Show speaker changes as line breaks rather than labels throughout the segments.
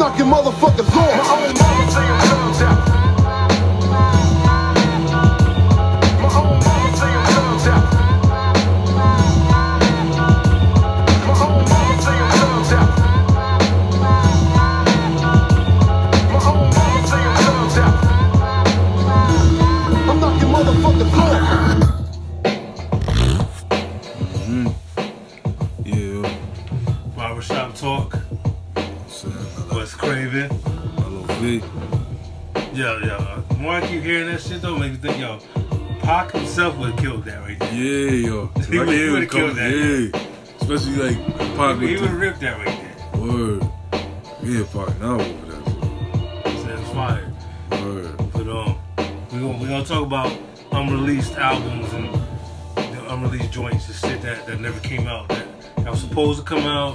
motherfuckers on.
My own mama say I'm thumbed out. My own mama say I'm thumbed out. My own mama say I'm thumbed out. My own mama say I'm thumbed out.
I'm knocking motherfuckers on.
Yeah,
Barbershop Talk,
so,
Wes Craven.
hello V.
Yo, yo, the more I keep hearing that shit, though, makes me think, yo, Pac himself would have killed that right there.
Yeah, yo. If
He
I
would- he
can
would've
come-
killed that.
Yeah, especially like Pac
He
with
would
the
have ripped that right there.
word. Yeah, Pac now over that.
So it's fire.
Word.
But, um, we're gonna, we gonna talk about unreleased albums and the unreleased joints and shit that, that never came out, that, that was supposed to come out,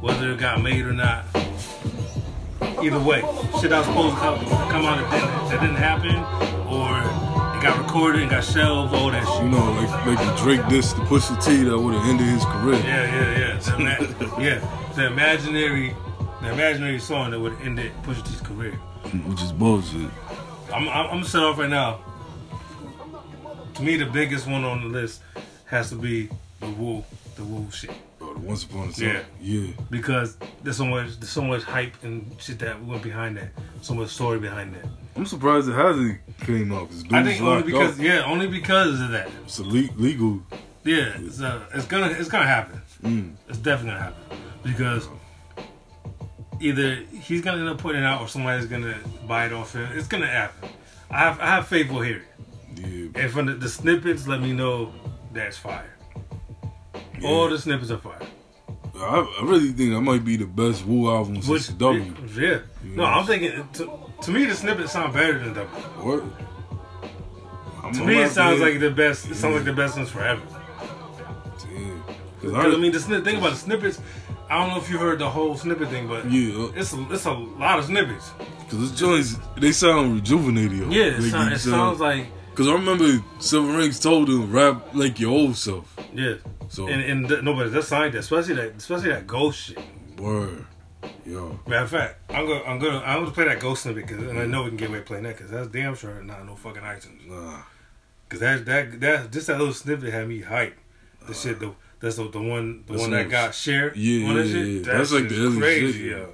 whether it got made or not. Either way, shit that was supposed to come, come out that didn't, that didn't happen, or it got recorded and got shelved, all that shit.
You know, like like the Drake this, the Pusha T, that would have ended his career.
Yeah, yeah, yeah. The ima- yeah, the imaginary, the imaginary song that would end it, Pusha T's career.
Which is bullshit.
I'm, I'm, I'm set off right now. To me, the biggest one on the list has to be the Wu, the Wu shit,
Bro, the Once upon a time.
Yeah.
Yeah.
because there's so much, there's so much hype and shit that went behind that, so much story behind that.
I'm surprised it hasn't came out. Cause
I
dude's
think only
locked
because,
up.
yeah, only because of that.
it's elite, legal.
Yeah, it's, uh, it's gonna it's gonna happen. It's definitely gonna happen because either he's gonna end up putting it out or somebody's gonna buy it off him. It's gonna happen. I have I have faith we'll hear it.
Yeah.
And from the, the snippets, let me know that's fire. All the snippets are fire.
I, I really think that might be the best Wu album since
Which
the W.
yeah. No, I'm thinking to, to me the snippets sound better than W.
What? I'm-
To
I'm
me
out
it sounds
there.
like the best. It sounds like the best ones forever.
Yeah. 'Cause I,
Because I mean, the snip, think about the snippets. I don't know if you heard the whole snippet thing, but
Yeah.
it's a, it's a lot of snippets.
Cause the joints, they sound rejuvenated. yo.
Yeah, it,
Like,
sound,
you
it
sound-
sounds like
Cause I remember Silver Rings told him rap like your old self.
yeah.
So-
and and th- nobody that's like that, especially that especially that ghost shit.
Word, yo,
Matter of fact, I'm gonna I'm gonna I'm gonna play that ghost snippet 'cause- and I know we can get away playing that because that's damn sure not no fucking iTunes.
nah,
Because that that that just that little snippet had me hyped. The shit the that's the, the one the
That's
one
what
that
it
got
was-
shared.
Yeah,
on that
yeah,
shit.
yeah.
That
That's like the
shit's
other
crazy.
shit, yeah. Oh.
yo.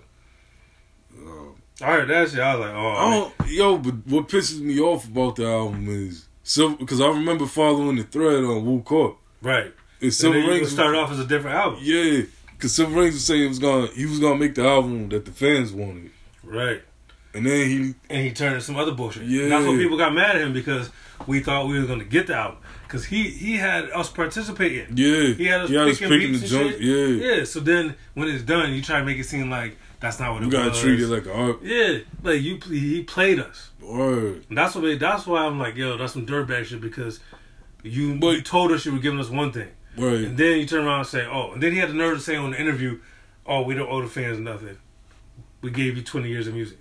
I heard that shit. I was like, oh,
I don't, yo. But what pisses me off about the album is Silver, because I remember following the thread on Wu Court.
right.
It's
So
Silver
then you
Rings.
start off as a different album,
yeah, because Silver Rings was saying he was gonna he was gonna make the album that the fans wanted,
right?
and then he
and he turned to some other bullshit.
Yeah.
That's what people got mad at him because we thought we were gonna get the album because he he had us participating.
yeah
He had us picking, beats and shit.
yeah.
yeah. So then when it's done, you try to make it seem like that's not what
You
it
gotta
was.
treat it like an art.
yeah, like you he played us.
Word.
And that's what made, that's why I'm like yo, that's some dirtbag shit because you
But-
you told us you were giving us one thing.
Right.
And then you turn around and say, oh, and then he had the nerve to say on the interview, oh, we don't owe the fans nothing. We gave you 20 years of music.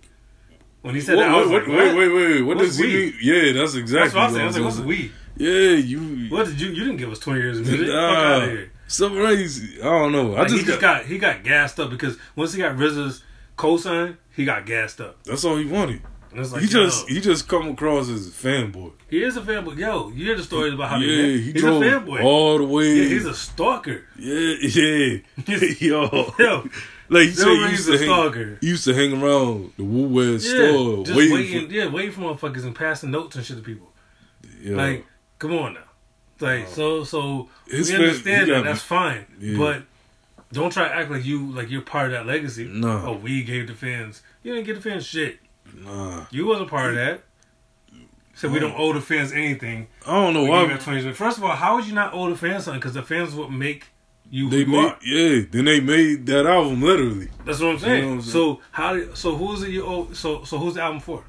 When he said
What-
that, I was
what-
like,
wait,
what?
wait, wait, wait. What
What's
does he
we?
mean? Yeah, that's exactly
That's what I'm saying. I
I
was like, what's
gonna
we?
say. Yeah, you.
What did you? You didn't give us 20 years of music. Fuck out of
Nah,
here.
Silver Rings. I don't know. I
Like,
just,
he just
got,
got he got gassed up because once he got RZA's cosign, he got gassed up.
That's all he wanted.
And it's like
he
yo,
just he just come across as a fanboy.
he is a fanboy. Yo, you hear the stories about how
Yeah,
he,
he
he's
drove
a fanboy.
all the way.
yeah, he's a stalker.
yeah, yeah. yo,
Yo,
Like he
Silver
said, he
Rings
used
a
to hang,
stalker.
he used to hang around the Wu West
yeah,
store,
just
waiting.
waiting,
for,
yeah, waiting for motherfuckers and passing notes and shit to people.
yo,
Like, come on now. Like,
Oh.
so, so
His
we
fans-
understand
he
that.
got-
That's fine.
Yeah.
But don't try to act like you like you're part of that legacy.
No.
Oh, we gave the fans. You didn't give the fans shit.
nah,
You wasn't part of that. So we don't owe the fans anything.
I don't know
We
why.
gave that 20 First of all, how would you not owe the fans something? Because the fans would make you
They
who you
made,
are.
yeah. Then they made that album literally.
That's what I'm saying.
You know what I'm saying?
So how? do- So who's it you owe? So so who's the album for?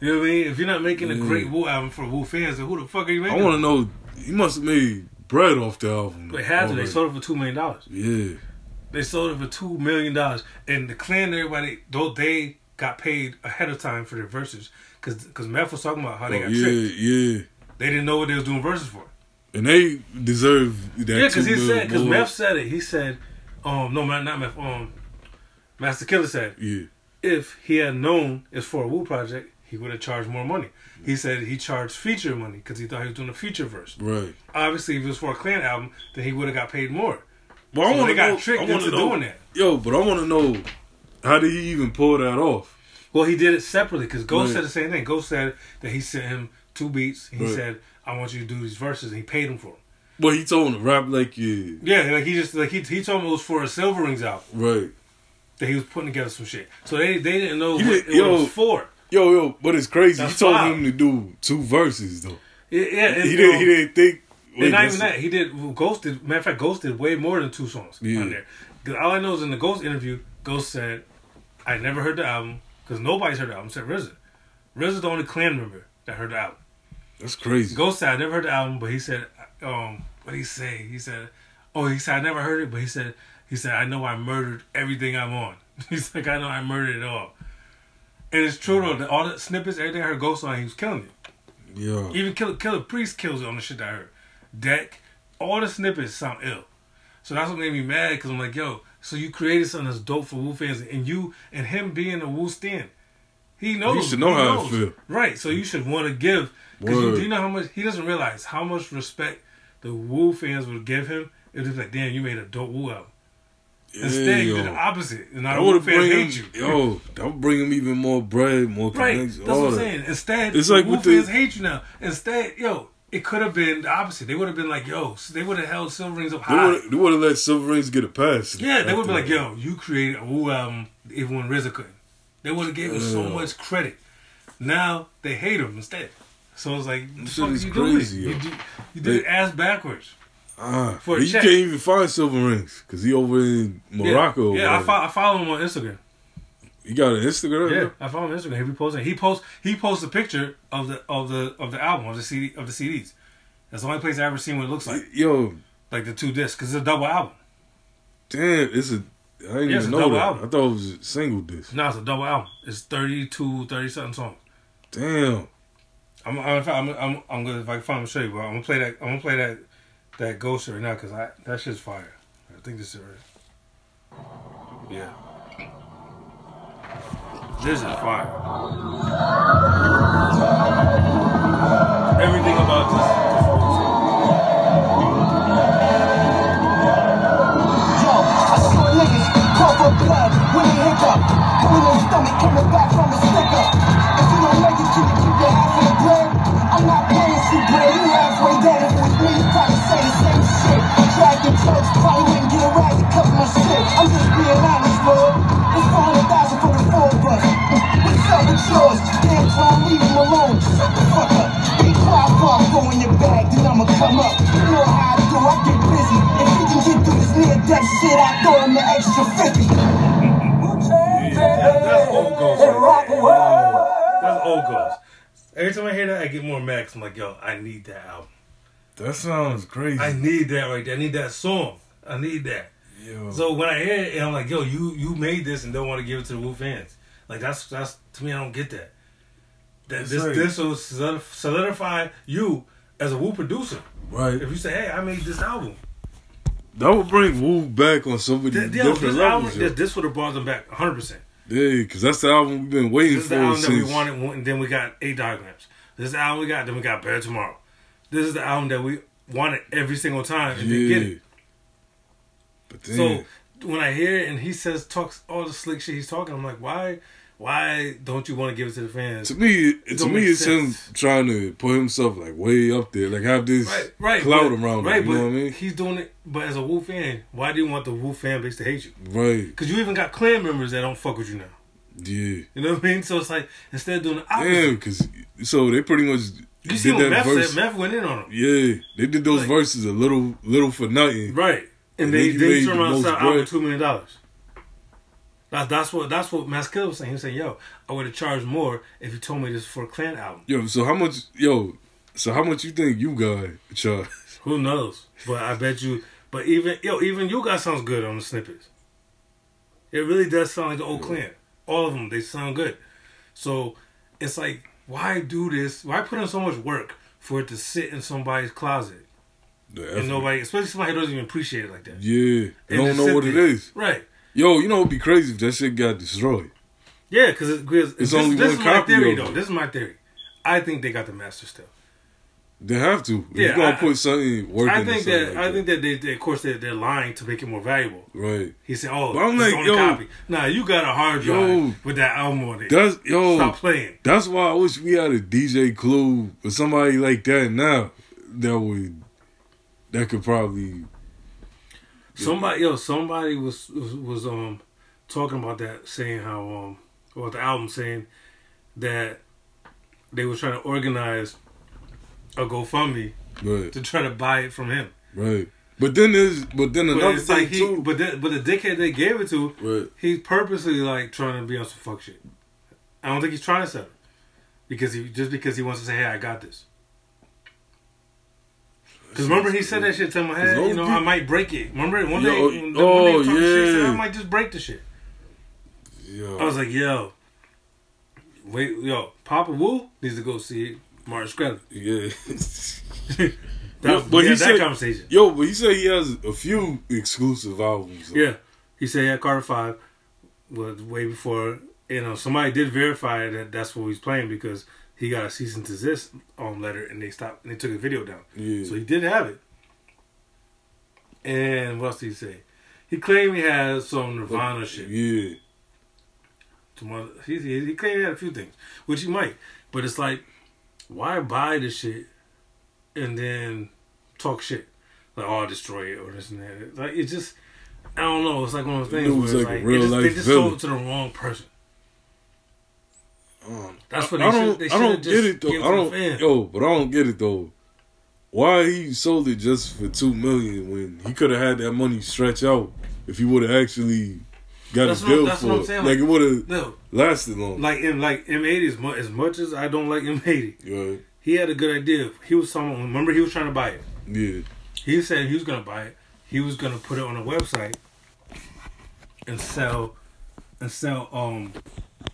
You know what I mean? If you're not making a
Yeah.
great Wu album for Wu fans, then who the fuck are you
I
making?
want to know. He must have made bread off the album.
They had to. They
already.
sold it for two million dollars.
Yeah,
They sold it for two million dollars, and the Klan, everybody, though they got paid ahead of time for their verses, because because Meth was talking about how they
Oh,
got
yeah,
tricked.
yeah.
They didn't know what they was doing verses for.
And they deserve that.
Yeah, because he
$2
said, because
more.
Meth said it. He said, um, no, not, not Meth. Um, Master Killer said,
Yeah,
if he had known it's for a Wu project, he would have charged more money. He said he charged feature money because he thought he was doing a feature verse.
Right.
Obviously, if it was for a Clan album, then he would have got paid more.
But I
So
want
they
to
got
know.
tricked
I wanna
into
know-
doing that.
Yo, but I want to know how did he even pull that off?
Well, he did it separately because Ghost
Right.
said the same thing. Ghost said that he sent him two beats. He
Right.
said, "I want you to do these verses," and he paid him for them.
But he told him to rap like you.
Yeah, like he just like he, he told him it was for a Silver Rings album
Right.
that he was putting together some shit. So they they didn't know
He
what,
did-
it
yo.
was for.
Yo, yo, but it's crazy.
That's
he told
wild.
him to do two verses though.
Yeah, yeah and,
He didn't. He didn't think.
And not
that's-
even that, he did well, Ghost did. Matter of fact, Ghost did way more than two songs
Yeah.
on there. 'Cause all I know is in the Ghost interview, Ghost said, "I never heard the album because nobody's heard the album except RZA. RZA's the only clan member that heard the album."
That's crazy.
Ghost said I never heard the album, but he said, um, what he say? He said, oh, he said I never heard it, but he said, he said I know I murdered everything I'm on. He's like I know I murdered it all, and it's true though. The, all the snippets, everything I heard Ghost on, he was killing it.
Yeah.
Even Killer Killer Priest kills it on the shit that I heard. Deck, all the snippets sound ill. So that's what made me mad because I'm like, yo, so you created something that's dope for Wu fans, and you and him being a Wu stan, he knows.
should know how it
knows.
feel.
Right, so you should want to give because you,
Word.
do you know how much he doesn't realize how much respect the Wu fans would give him if it's like, damn, you made a dope Wu album. Instead, you
yo.
did the opposite, and
I
our Wu
would bring
fans
him,
hate you.
Yo, that would bring him even more bread, more
Right,
connections.
that's
all
what I'm
that.
saying. Instead,
Oh. It's
the
like
Wu
with
fans
the-
hate you now. Instead, yo, it could have been the opposite. They would have been like, yo, they would have held Silver Rings up
They
high.
would've- They would have let Silver Rings get a pass.
Yeah, they would be
after
like,
that.
yo, you created a Wu album even when RZA couldn't. They would have gave him so
Yeah.
much credit. Now they hate him instead. So it's like, what the
shit
fuck
is
you
crazy,
doing?
yo.
You, do, you did it
They-
ass backwards.
Ah,
for a
but you
check.
can't even find Silver Rings because he over in
Yeah.
Morocco.
Yeah, I, fo- I follow him on Instagram.
You got an Instagram?
Yeah, I follow him on Instagram. He be posting. He posts. He posts a picture of the of the of the album of the CD of the CDs. That's the only place I ever seen what it looks like,
Yo,
like the two discs, because it's a double album.
damn, it's a. I didn't
Yeah, it's a
even know
double
that.
album.
I thought it was a single disc.
No, it's a double album. It's 32, 30 something songs.
Damn.
I'm I'm I'm I'm, I'm gonna if I can find, I'm gonna show you, but I'm gonna play that I'm gonna play that that ghost right now because I that shit's fire. I think this is right. Yeah. This is fire. Everything about this.
Yo, I see niggas cover blood when they hiccup. Pulling their stomach, coming back from the stick up. If you don't make it, you can keep your ass in the grave. I'm not playing see bread, you halfway dead. If it was me, you probably say the same shit. Drag the drugs, probably wouldn't get around to cut my shit. I'm just being honest, Lord. It's 400,000 for the four of us. What's up with yours? Damn, try and leave him alone. Shut the fuck up. Big cry, fuck, go in your bag, then I'ma come up. You know how I do, I get busy. If you can get through this near death shit, I throw him an extra 50.
That- that's old ghost.
And rock
right there.
and roll.
That's old ghost. Every time I hear that, I get more mad. i I'm like, yo, I need that album.
That sounds crazy.
I need that right there. I need that song. I need that.
yo.
So when I hear it, and I'm like, yo, you you made this and don't want to give it to the Wu fans. Like that's that's to me, I don't get that. That
That's
this
right.
this will solid- solidify you as a Wu producer.
right.
If you say, hey, I made this album,
That would bring Wu back on so many
Th- yo,
different
this album,
levels. yo.
this, this would have brought them back 100. percent
Yeah, because that's the album we've been waiting
This is
for
the album that
since.
we wanted, and then we got eight diagrams. This is the album we got, then we got Better Tomorrow. This is the album that we wanted every single time, and
yeah.
then get it.
But
So
then,
when I hear it and he says talks all the slick shit he's talking, I'm like, why, why don't you want to give it to the fans?
to me, to
don't
me,
make
it's
sense.
him trying to put himself like way up there, like have this
Right, right.
cloud
but-
around
Right,
him.
but
You know what I mean?
he's doing it. But as a Wu fan, why do you want the Wu fan base to hate you?
Right.
Because you even got clan members that don't fuck with you now.
Yeah.
You know what I mean? So it's like instead of doing the
Damn.
opposite,
Because so they pretty much
you see
did
what
that
Meth
verse.
said. Meth went in on him,
yeah, they did those
Like-
verses a little, little for nothing.
right?
And
And they
then you
they
made
turned
the
around and
most
said, "I owe
bread."
two million dollars." That's that's what that's what Mass Killer was saying. He was saying, "Yo, I would have charged more if you told me this for a clan album."
Yo. So how much? Yo. So how much you think you got charged?
Who knows? But I bet you. But even yo, even you guys sounds good on the snippets. It really does sound like the old clan. All of them, they sound good. So it's like, why do this? Why put in so much work for it to sit in somebody's closet and nobody, especially somebody who doesn't even appreciate it like that?
Yeah. They
And
don't
just
know
sit
what it
there.
is.
Right.
Yo, you know it'd be crazy if that shit got destroyed.
Yeah, because because
It's
this,
only
this
one
is my
copy
theory
of it.
though. This is my theory. I think they got the master still.
They have to. If
Yeah,
you're gonna
I-
put something work
I
into
think
something
that
like
I think that they, they of course they they're lying to make it more valuable.
right.
He said, "Oh,
But I'm
this is
like,
only
yo,
copy. Nah, you got a hard drive
yo,
with that album on it.
That's yo.
Stop playing.
That's why I wish we had a DJ Clue or somebody like that now that would that could probably
Somebody, yo, somebody was, was was um talking about that, saying how um about the album, saying that they were trying to organize a GoFundMe
right
to try to buy it from him.
right. But then there's but then
But
another
it's
thing
like he,
too.
but the, but the dickhead they gave it to,
Right.
he's purposely like trying to be on some fuck shit. I don't think he's trying to sell it because he just because he wants to say, "Hey, I got this." Because remember he said that shit to my head.
old
You know, I
people-
might break it. Remember one day,
Yo,
when-
oh,
one day he talked shit, he said,
yeah.
I might just break the shit.
yo,
I was like, yo, wait, yo, Papa Wu needs to go see Martin Scruggs.
yeah.
that, was-
but
we
he
had that
said-
conversation.
yo, but he said he has a few exclusive albums.
Yeah, he said yeah, Carter Five was way before. You know, somebody did verify that that's what he's playing because he got a cease and desist um letter and they stopped and they took the video down.
Yeah.
So he did have it. And what else did he say? He claimed he had some Nirvana shit.
Yeah.
Tomorrow, he, he he claimed he had a few things, which he might. But it's like, why buy this shit and then talk shit? Like, oh, I'll destroy it or this and that. Like, it's just, I don't know. It's like one of those things
It
where
was
it's
like a
like,
real
they just, they
life
just
villain.
sold it to the wrong person.
Um,
That's what
I
they should-
don't.
they
I
should've
don't
just
get it though.
gave it
I
to the
don't.
fan.
Yo, but I don't get it though. Why he sold it just for two million when he could have had that money stretch out if he would have actually got
That's
a
what I'm-
bill
that's
for
what I'm
it.
saying,
Like it would have
No,
lasted long.
like in like M80 as much as much as I don't like M80,
right?
he had a good idea. He was someone. Remember, he was trying to buy it.
Yeah.
He said he was gonna buy it. He was gonna put it on a website and sell and sell um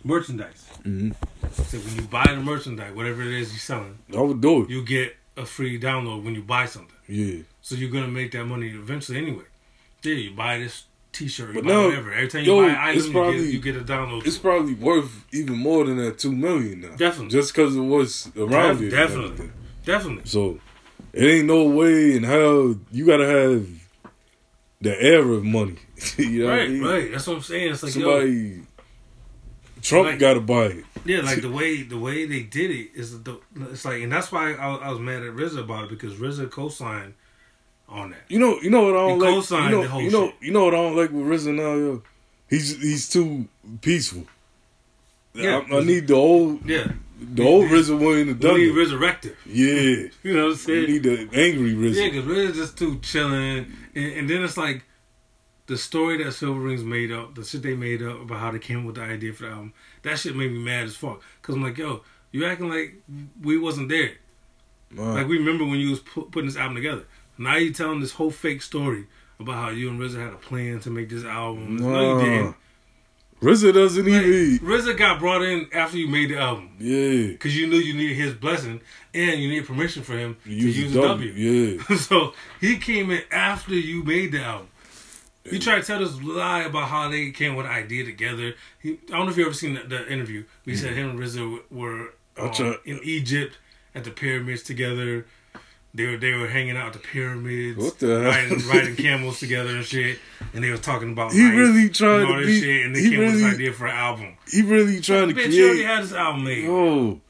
merchandise.
Mhm.
So when you buy the merchandise, whatever it is you're selling,
I would do it.
you get a free download when you buy something.
Yeah.
So you're gonna make that money eventually anyway. Yeah, you buy this T-shirt, you
But
buy
no,
whatever. Every time you
yo,
buy an item,
it's
you,
probably-
get, you get a download.
It's
to it.
probably worth even more than that two million now.
Definitely.
Just because it was around
Def-
it. and
definitely,
everything.
definitely.
So it ain't no way in hell you gotta have the era of money. you know what I
Right,
mean?
right. That's what I'm saying. It's like yo,
Somebody Trump
Like-
gotta buy it.
Yeah, like the way the way they did it is the it's like, and that's why I, I was mad at RZA about it because RZA co-signed on that.
You know, you know what I don't
He
like. You
co-signed
know,
the whole
you know,
shit.
you know what I don't like with RZA now, yo. He's he's too peaceful.
Yeah.
I, I need the old
Yeah,
the old RZA one in the
we need
W.
Resurrector.
Yeah,
You know what I'm
we
saying?
need the angry
yeah,
RZA.
because RZA's just too chilling, and, and then it's like the story that Silver Rings made up, the shit they made up about how they came up with the idea for the album. That shit made me mad as fuck because I'm like, yo, you acting like we wasn't there.
Man,
Like we remember when you was pu- putting this album together. Now you telling this whole fake story about how you and RZA had a plan to make this album. No,
Nah.
you didn't.
RZA doesn't even.
RZA got brought in after you made the album
Yeah,
because you knew you needed his blessing and you needed permission for him
use
to
the
use the W.
W. Yeah,
so he came in after you made the album. He tried to tell this lie about how they came with the idea together. He, I don't know if you ever seen the, the interview. We said him and RZA were
I
um,
tried-
in Egypt at the pyramids together. They were they were hanging out at the pyramids,
What the hell?
riding, riding camels together and shit. And they were talking about
He
life
really tried
and all
to
this
be-
shit. And they
he
came with this
really-
idea for an album.
he really trying to
Bitch, you already
create.
had this album made.
Oh,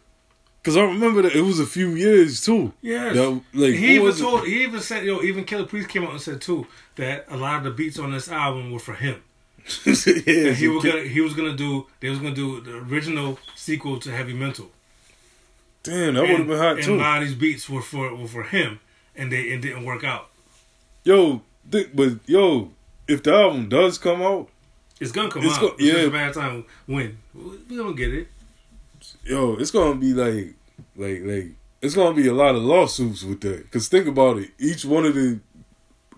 because I remember that it was a few years too.
Yes.
That, like
he
who
even
was it?
told, he even said, yo, even Killer Priest came out and said too that a lot of the beats on this album were for him.
yeah,
He was gonna, he was gonna do, they was gonna do the original sequel to Heavy Mental.
Damn, that would have
And-
been hot
and
too.
a lot of these beats were for were for him, and they it didn't work out.
Yo, th- but yo, if the album does come out,
It's gonna come
It's
out.
go-
it's just
yeah.
a bad time. When we don't get it.
yo, it's gonna be like, like, like, it's gonna be a lot of lawsuits with that. Cause think about it, each one of the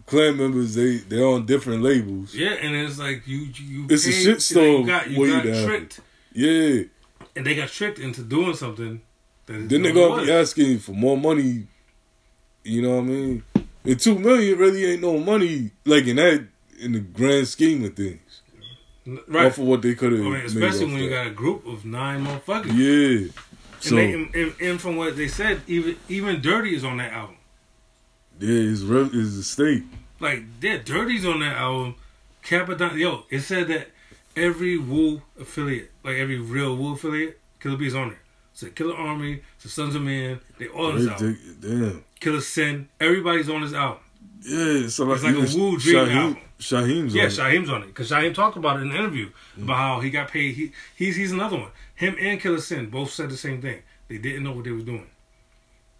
clan members, they they're on different labels. Yeah,
Yeah, and it's like you you.
It's a
paid-
shit storm
You got, you
waiting
got
to happen.
tricked, and they got tricked into doing something. That
then they're gonna be asking for more money. You know what I mean? And two million really ain't no money, like in that in the grand scheme of things. Right.
right?
Off of what they could have.
I mean, especially when you got a group of nine motherfuckers.
Yeah. So
and, they, and, and- and from what they said, even even Dirty is on that album.
yeah, it's real. It's a state.
Like, yeah, Dirty's on that album. Capadon, yo, it said that every Wu affiliate, like every real Wu affiliate, Killer B is on there. So Killer Army, the Sons of Man, they all on this
They-
album.
they- Damn.
Killer Sin, everybody's on this album.
Yeah. So like,
It's like a
even
Wu Dream
Shaheem-
album.
Shaheem's
Yeah,
on it.
Shaheem's on it because Shaheem talked about it in an interview
Mm.
about how he got paid. He he's he's another one. Him and Killer Sin both said the same thing. They didn't know what they were doing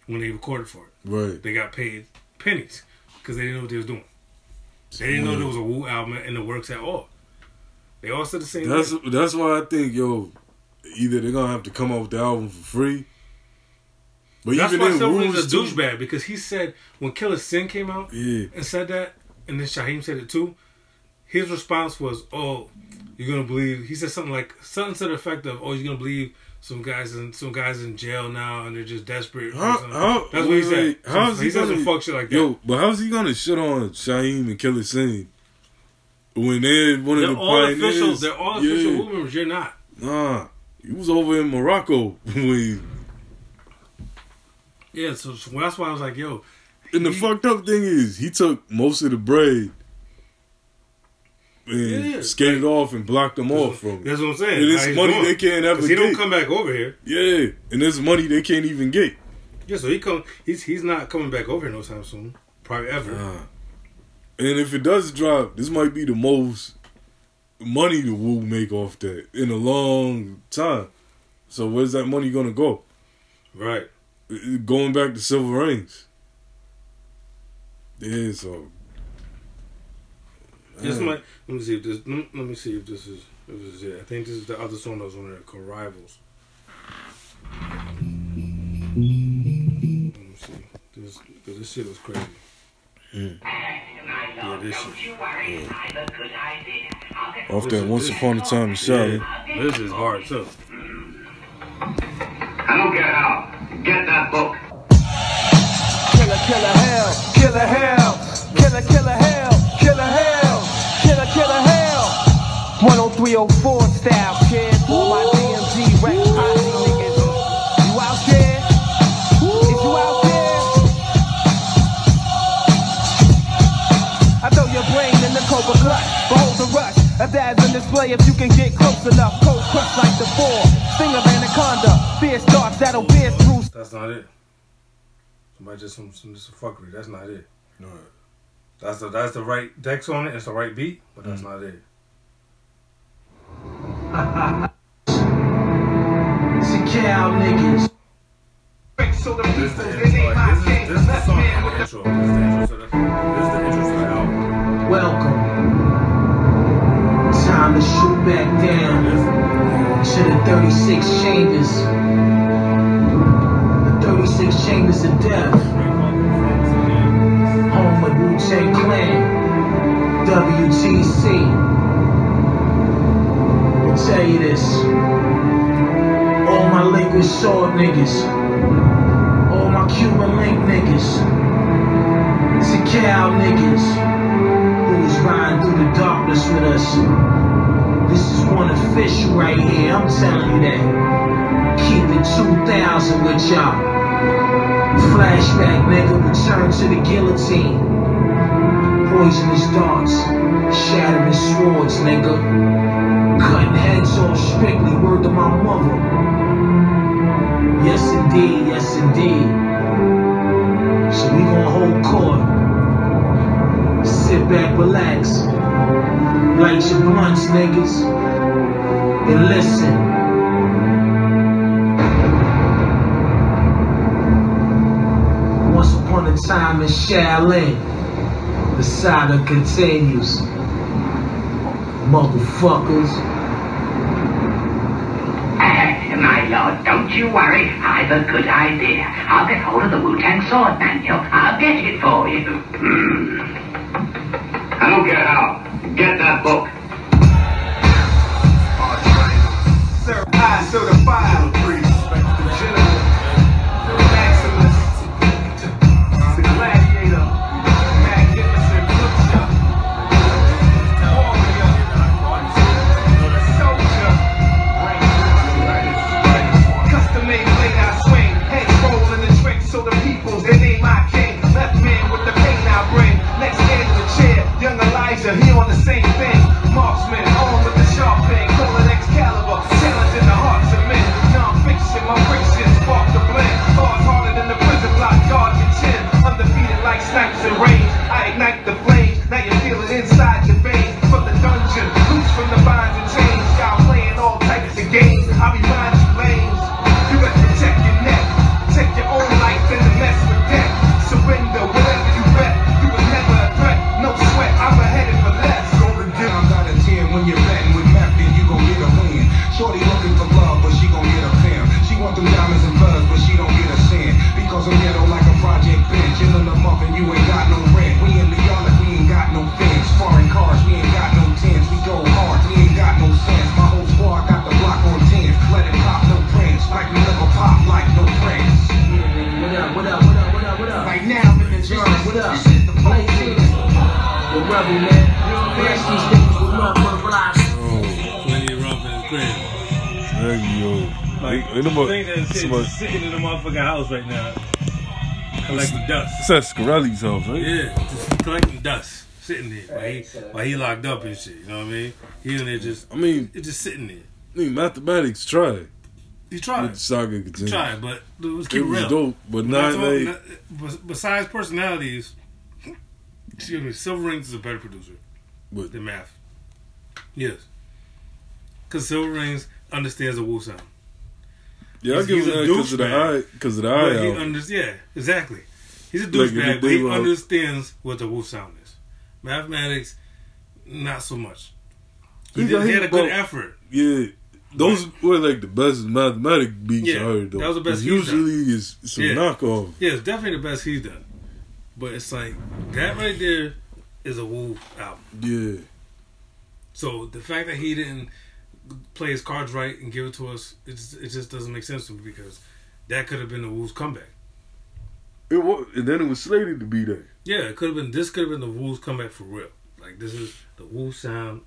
when they recorded for it.
Right.
They got paid pennies because they didn't know what they was doing. They didn't know there was a Wu album in the works at all. They all said the same
That's
thing.
that's why I think yo, either they're gonna have to come out with the album for free. But
That's
even
why
then,
Silver
Wu's
is a
too-
douchebag because he said when Killer Sin came out
Yeah.
and said that, and then Shaheem said it too. His response was, "Oh, you're gonna believe." He said something like something to the effect of, "Oh, you're gonna believe some guys in some guys in jail now and they're just desperate." or
How,
something."
how,
That's what he
wait,
said.
wait,
How
is
he said some fuck shit like that.
Yo, but how's he gonna shit on Shaheem and Killer Singh when they're one
they're
of the
all
pioneers?
official. They're all official
Yeah.
Wu members. You're not.
Nah, he was over in Morocco when
Yeah, so, so that's why I was like, "Yo,
and the
He-
fucked up thing is he took most of the bread and
Yeah,
skated off and blocked them off from it.
that's what I'm saying."
And it's
How he's
money
doing.
they can't ever
'Cause He don't
get.
come back over here.
Yeah, and there's money they can't even get.
Yeah, so he come. He's he's not coming back over here no time soon. Probably ever.
Nah. And if it does drop, this might be the most money the Wu make off that in a long time. So where's that money gonna go?
Right.
Uh, Going back to Silver Rings. Yeah, so
This
Mm.
might. Let me see if this. Let me see if this is. If this is it. I think this is the other song that was on there called Rivals. Let me see. This, 'cause this shit was crazy. Yeah, this shit.
off that Once Upon a Time in Charlotte.
Yeah. This is hard too.
I don't care how. Get that book.
Killer, killer hell, killer hell, killer, killer hell, killer hell, killer, killer hell. 10304 style, kid. All my DMG Rex posse niggas. You out there? Is you out there? I throw your brain in the cobra clutch. Behold the rush. A dazzling display if you can get close enough. Cold crush like the four. Sting of anaconda. Fierce darts that'll pierce through
That's not it. Somebody just some some just a fuckery. That's not it. That's the that's the right decks on it. It's the right beat, but that's not it.
So the
This is the intro. Like, this is this is the song. The intro. This is the intro. to the- This is the intro to the album.
Welcome. Time to shoot back down
This-
to the 36 chambers. The 36 chambers of death. Home of Wu Tang Clan. WTC. I'll tell you this. All my liquid sword niggas. All my Cuban link niggas. Tikal niggas who is riding through the darkness with us. This is one official right here, I'm telling you that. Keep it 2000 with y'all. Flashback, nigga, return to the guillotine. Poisonous darts, shattering swords, nigga. Cutting heads off strictly, word to my mother. Yes, indeed, yes, indeed. So we gonna hold court. Sit back, relax. Light your blunts, niggas. And listen. Once upon a time in Shaolin, the saga continues. Motherfuckers.
My lord, don't you worry. I've a good idea. I'll get hold of the Wu-Tang sword manual. I'll get it for you. I don't care how. Get that book.
I certified general, maximus, the gladiator, magnificent butcher, warrior,
trouble, man. Finish these things with love and lives.
Oh,
Plenty of rum in the crib.
there you go.
Like,
Ain't nobody-
think that shit's
somebody-
just sitting in the motherfucking house right now, collecting dust.
It's at Scarelli's house, right?
Yeah, just collecting dust, sitting there while he, while he locked up and shit. You know what I mean? He in there just,
I mean,
it's just sitting there.
I mean, mathematics tried.
He tried,
Saga continues.
tried, but let's
It
keep
was
real.
dope, but
Not
not
to-
like.
not- bes- besides personalities, excuse me, Silver Rings is a better producer
But
than Math. Yes, because Silver Rings understands the Wu sound.
yeah, I
he's-
give him
he's a
that because of the eye,
douchebag.
because of the
But
eye.
he
out.
under- yeah, exactly. He's a
Oh, Look, if
douchebag,
you
but he
think about-
understands what the Wu sound is. Mathematics, not so much. He,
He's
did,
a-
he had a good
but-
effort.
Yeah, those were like the best mathematic beats I
Yeah,
heard though.
that was the best
'Cause
he's done.
Usually it's some
Yeah.
knockoff.
Yeah, it's definitely the best he's done. But it's like that right there is a Wu album.
Yeah,
So the fact that he didn't play his cards right and give it to us, it just, it just doesn't make sense to me because that could have been the Wolves' comeback.
it was, and then it was slated to be that.
Yeah, it could have been. This could have been the Wolves' comeback for real. Like this is the Wolves sound.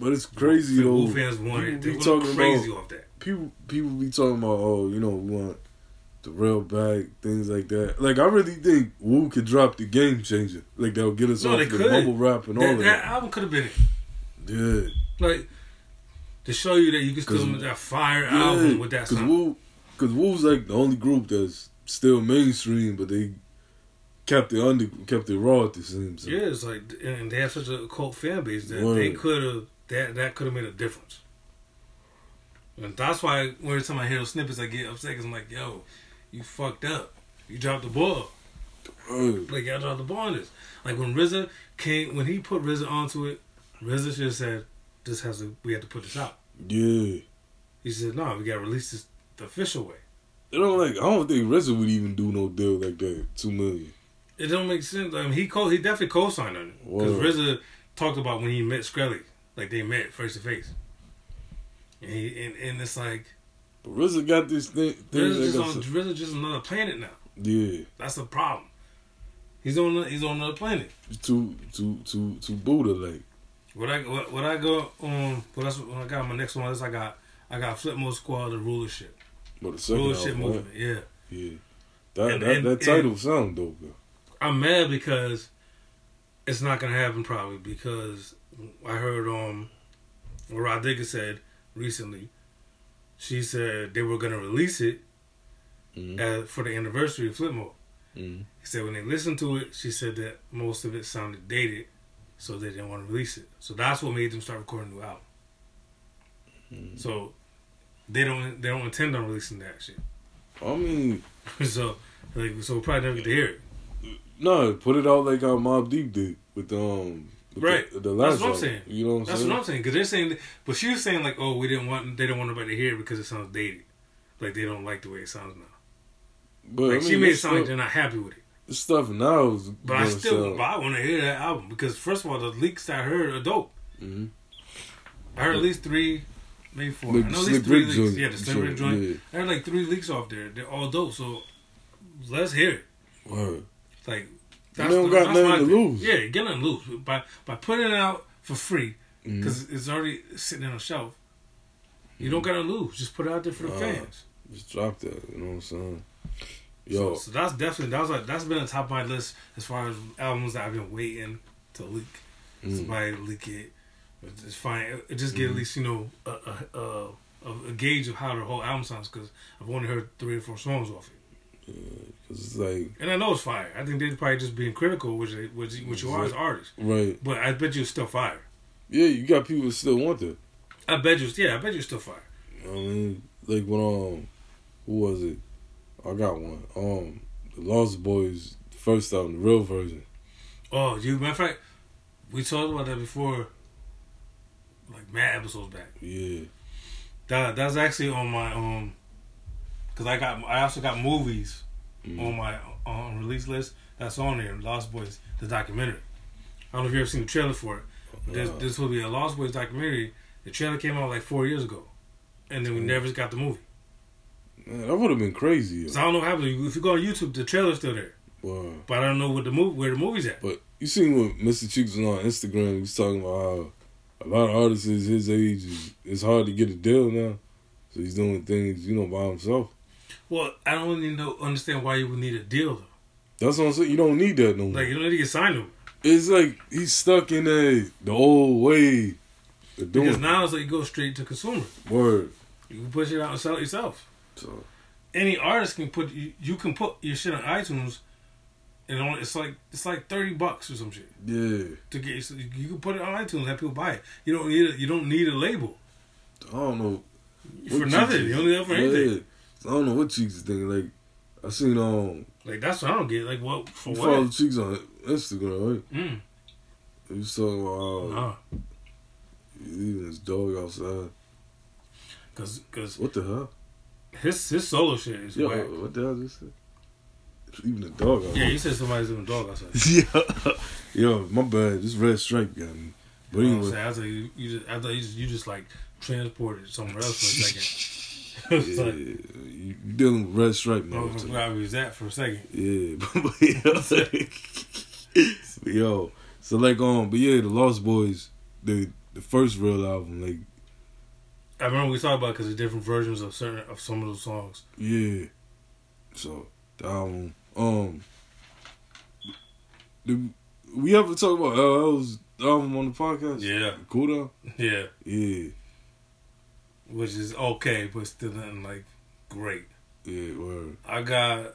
But it's crazy
the
though.
Wolves fans
People
wanted. They
be
were
talking
crazy
about
off that.
people. People be talking about oh, you know, we want the real back things like that. Like I really think Wu could drop the game changer. Like that'll get us
No,
off
they
the
could.
bubble wrap and all
That,
of
that
that.
album could have been it.
Yeah.
Like to show you that you can still
Cause-
make that fire album with that
Cause
sound.
Wu, cause Wu's like the only group that's still mainstream, but they kept it under, kept it raw at the same time.
yeah, it's like and they have such a cult fan base that
Word.
they could have that that could have made a difference. And that's why every time I hear those snippets, I get upset. Cause I'm like, yo, you fucked up. You dropped the ball.
Uh,
Like y'all dropped the ball on this. Like when RZA came, when he put RZA onto it, RZA should have said, "This has to. We have to put this out."
yeah.
He said, "No, we got to release this the official way."
They don't like. I don't think RZA would even do no deal like that. Two million.
It don't make sense. I mean, he co- he definitely co-signed on it because
Word.
RZA talked about when he met Skrelly, like they met face to face. And he and, and it's like
But RZA got this thing. thing
RZA just
like I
on
said-
RZA just another planet now.
yeah,
That's the problem. He's on he's on another planet.
to to to to Buddha like.
What I what, what I go um what else when I got my next one is I got I got Flipmo Squad the rulership
But the second
rulership
album,
movement
right?
yeah.
Yeah, that
And-
that,
and-
that
and-
title sound dope. Though.
I'm mad because it's not gonna happen probably because I heard um what Rod Digger said recently. She said they were gonna release it
Mhm.
uh, for the anniversary of Flipmo.
Mhm.
He said when they listened to it, she said that most of it sounded dated, so they didn't want to release it. So that's what made them start recording a new album. So they don't they don't intend on releasing that shit.
I mean,
so like so we'll probably never get to hear it.
no, put it out like how Mob Deep did with um. with
Right.
The, the last
That's what I'm
album.
saying.
You know what I'm
That's
saying?
what I'm saying. Because they're saying, that, but she was saying like, oh, we didn't want, they don't want nobody to hear it because it sounds dated. Like they don't like the way it sounds now.
But
Like
I mean,
she made it
this
sound like
stuff-
they're not happy with it.
this stuff now is.
But I still, but I want to hear that album because first of all, the leaks I heard are dope.
Mhm.
I heard at least three, maybe four.
Like
I know
the
at
Slick
least three
Rick
leaks.
joint.
Yeah, the Slim
Sure,
Rick joint.
yeah.
I heard like three leaks off there. They're all dope. So let's hear it.
Word.
Like
don't got nothing
my
to
thing.
lose.
Yeah, get nothing to lose by by putting it out for free
Mm-hmm.
because it's already sitting on a shelf. You don't
Mm-hmm.
gotta lose. Just put it out there for the
Nah.
fans.
Just drop that. You know what I'm saying?
So,
Yo,
so that's definitely that's like that's been the top of my list as far as albums that I've been waiting to leak.
Mm.
Somebody leak it. It's just fine. It just
Mm-hmm.
get at least you know a a, a, a gauge of how the whole album sounds because I've only heard three or four songs off it,
because it's like
and I know it's fire. I think they're probably just being critical, which they- which which you are as artists.
right.
But I bet you it's still fire.
Yeah, you got people that still want that.
I bet you, yeah, I bet you it's still fire.
I mean, like when um, who was it? I got one. Um, the Lost Boys first album, the real version.
Oh, you matter of fact, we talked about that before, like mad episodes back.
Yeah,
That that's actually on my um, cause I got I also got movies on my um, release list. That's on there. Lost Boys, the documentary. I don't know if you ever seen the trailer for it. But there's,
Uh.
this will be a Lost Boys documentary. The trailer came out like four years ago, and then we never got the movie.
man, that would have been crazy. Yo.
So I don't know what happened. If you go on YouTube, the trailer's still there,
Wow.
but I don't know what the movie where the movie's at.
But You seen what Mr. Cheeks was on Instagram? He was talking about how a lot of artists is his age. Is, it's hard to get a deal now, so he's doing things you know by himself.
Well, I don't even know understand why you would need a deal though.
That's what I'm saying. You don't need that no more.
Like you don't need to get signed to him.
it's like he's stuck in a, the old way of
Because
doing
now it's like you go straight to consumer.
word.
You can push it out and sell it yourself.
So
Any artist can put you, you can put your shit on iTunes and only, it's like it's like thirty bucks or some shit.
yeah,
To get so you can put it on iTunes and have people buy it. You don't need a, you don't need a label.
I don't know
For
what
nothing.
Cheeks-
You don't need that for
Yeah.
anything.
I don't know what Cheeks is thinking. Like I seen um
Like that's what I don't get. Like what for
you
what?
follow Cheeks on Instagram, right?
Mm. uh,
He was talking about how
Nah.
he's leaving his dog outside.
Cause, cause
What the hell?
his his solo shit is
Yeah,
whack.
what the hell is this? Leaving the dog out.
Yeah, you said somebody's doing dog outside.
yeah. Yo, my bad. This red stripe got me. But
You know what
anyway,
I'm saying? I was like, you, you just, I thought you just, you just like transported somewhere else for a second. I was
yeah,
like,
you you dealing with red stripe
I
now.
was glad we was that for a second.
Yeah, but yeah, like, but yo, so like um, but yeah, the Lost Boys, the the first real album, like
I remember we talked about because there's different versions of certain of some of those songs.
yeah, so the album, um, the, we ever talk about uh, LL's album on the podcast?
Yeah.
cool down.
Yeah,
Yeah,
which is okay, but still nothing like great.
yeah, word.
I got.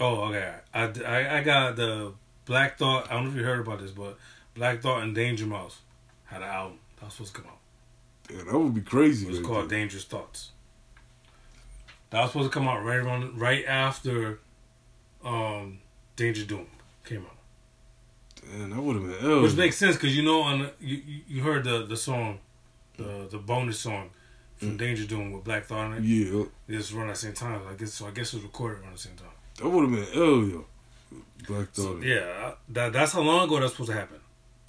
Oh, okay. I, I, I got the Black Thought. I don't know if you heard about this, but Black Thought and Danger Mouse had an album that was supposed to come out.
Damn, that would be crazy.
It was
right
called
there.
Dangerous Thoughts. That was supposed to come out right around, right after, um, Danger Doom came out,
Damn, that would have been L.
which makes sense because you know on the, you you- you heard the the song, the the bonus song
Mm.
from Danger Doom with Black Thought on it.
yeah,
It was around the same time. I guess so. I guess it was recorded around the same time.
that would have been L, yo. Black Thought.
Yeah, I- that that's how long ago that's supposed to happen.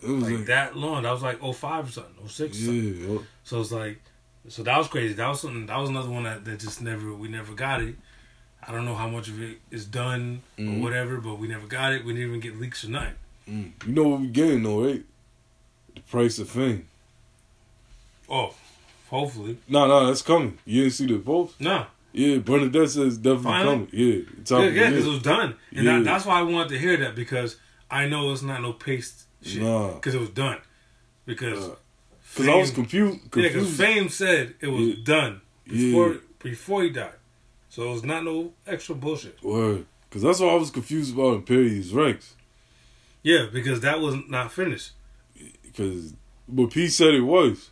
it was
Like
like
that long. That was like 05 or something, 06 or
Yeah,
something.
yo.
So it's like, so that was crazy. That was something. That was another one that, that just never we never got it. I don't know how much of it is done
Mhm.
or whatever, but we never got it. We didn't even get leaks or nothing.
Mm. You know what we getting though, right? The price of fame.
Oh, hopefully
No, no, that's coming. You didn't see the post?
no.
Yeah, Bernadette says definitely
Finally?
coming. Oh, Yeah, top
Yeah,
of the
yeah,
year.
because it was done, and
Yeah.
that, that's why I wanted to hear that because I know it's not no paste shit
Nah.
because it was done. Because
Yeah. 'Cause I was
Fame-
confused.
Yeah, because
confused.
Fame said it was
Yeah.
done
Yeah.
before before he died, so it was not no extra bullshit.
Word. 'Cause that's what I was confused about Imperius Rex.
Yeah, because that was not finished.
Because, but P said it was.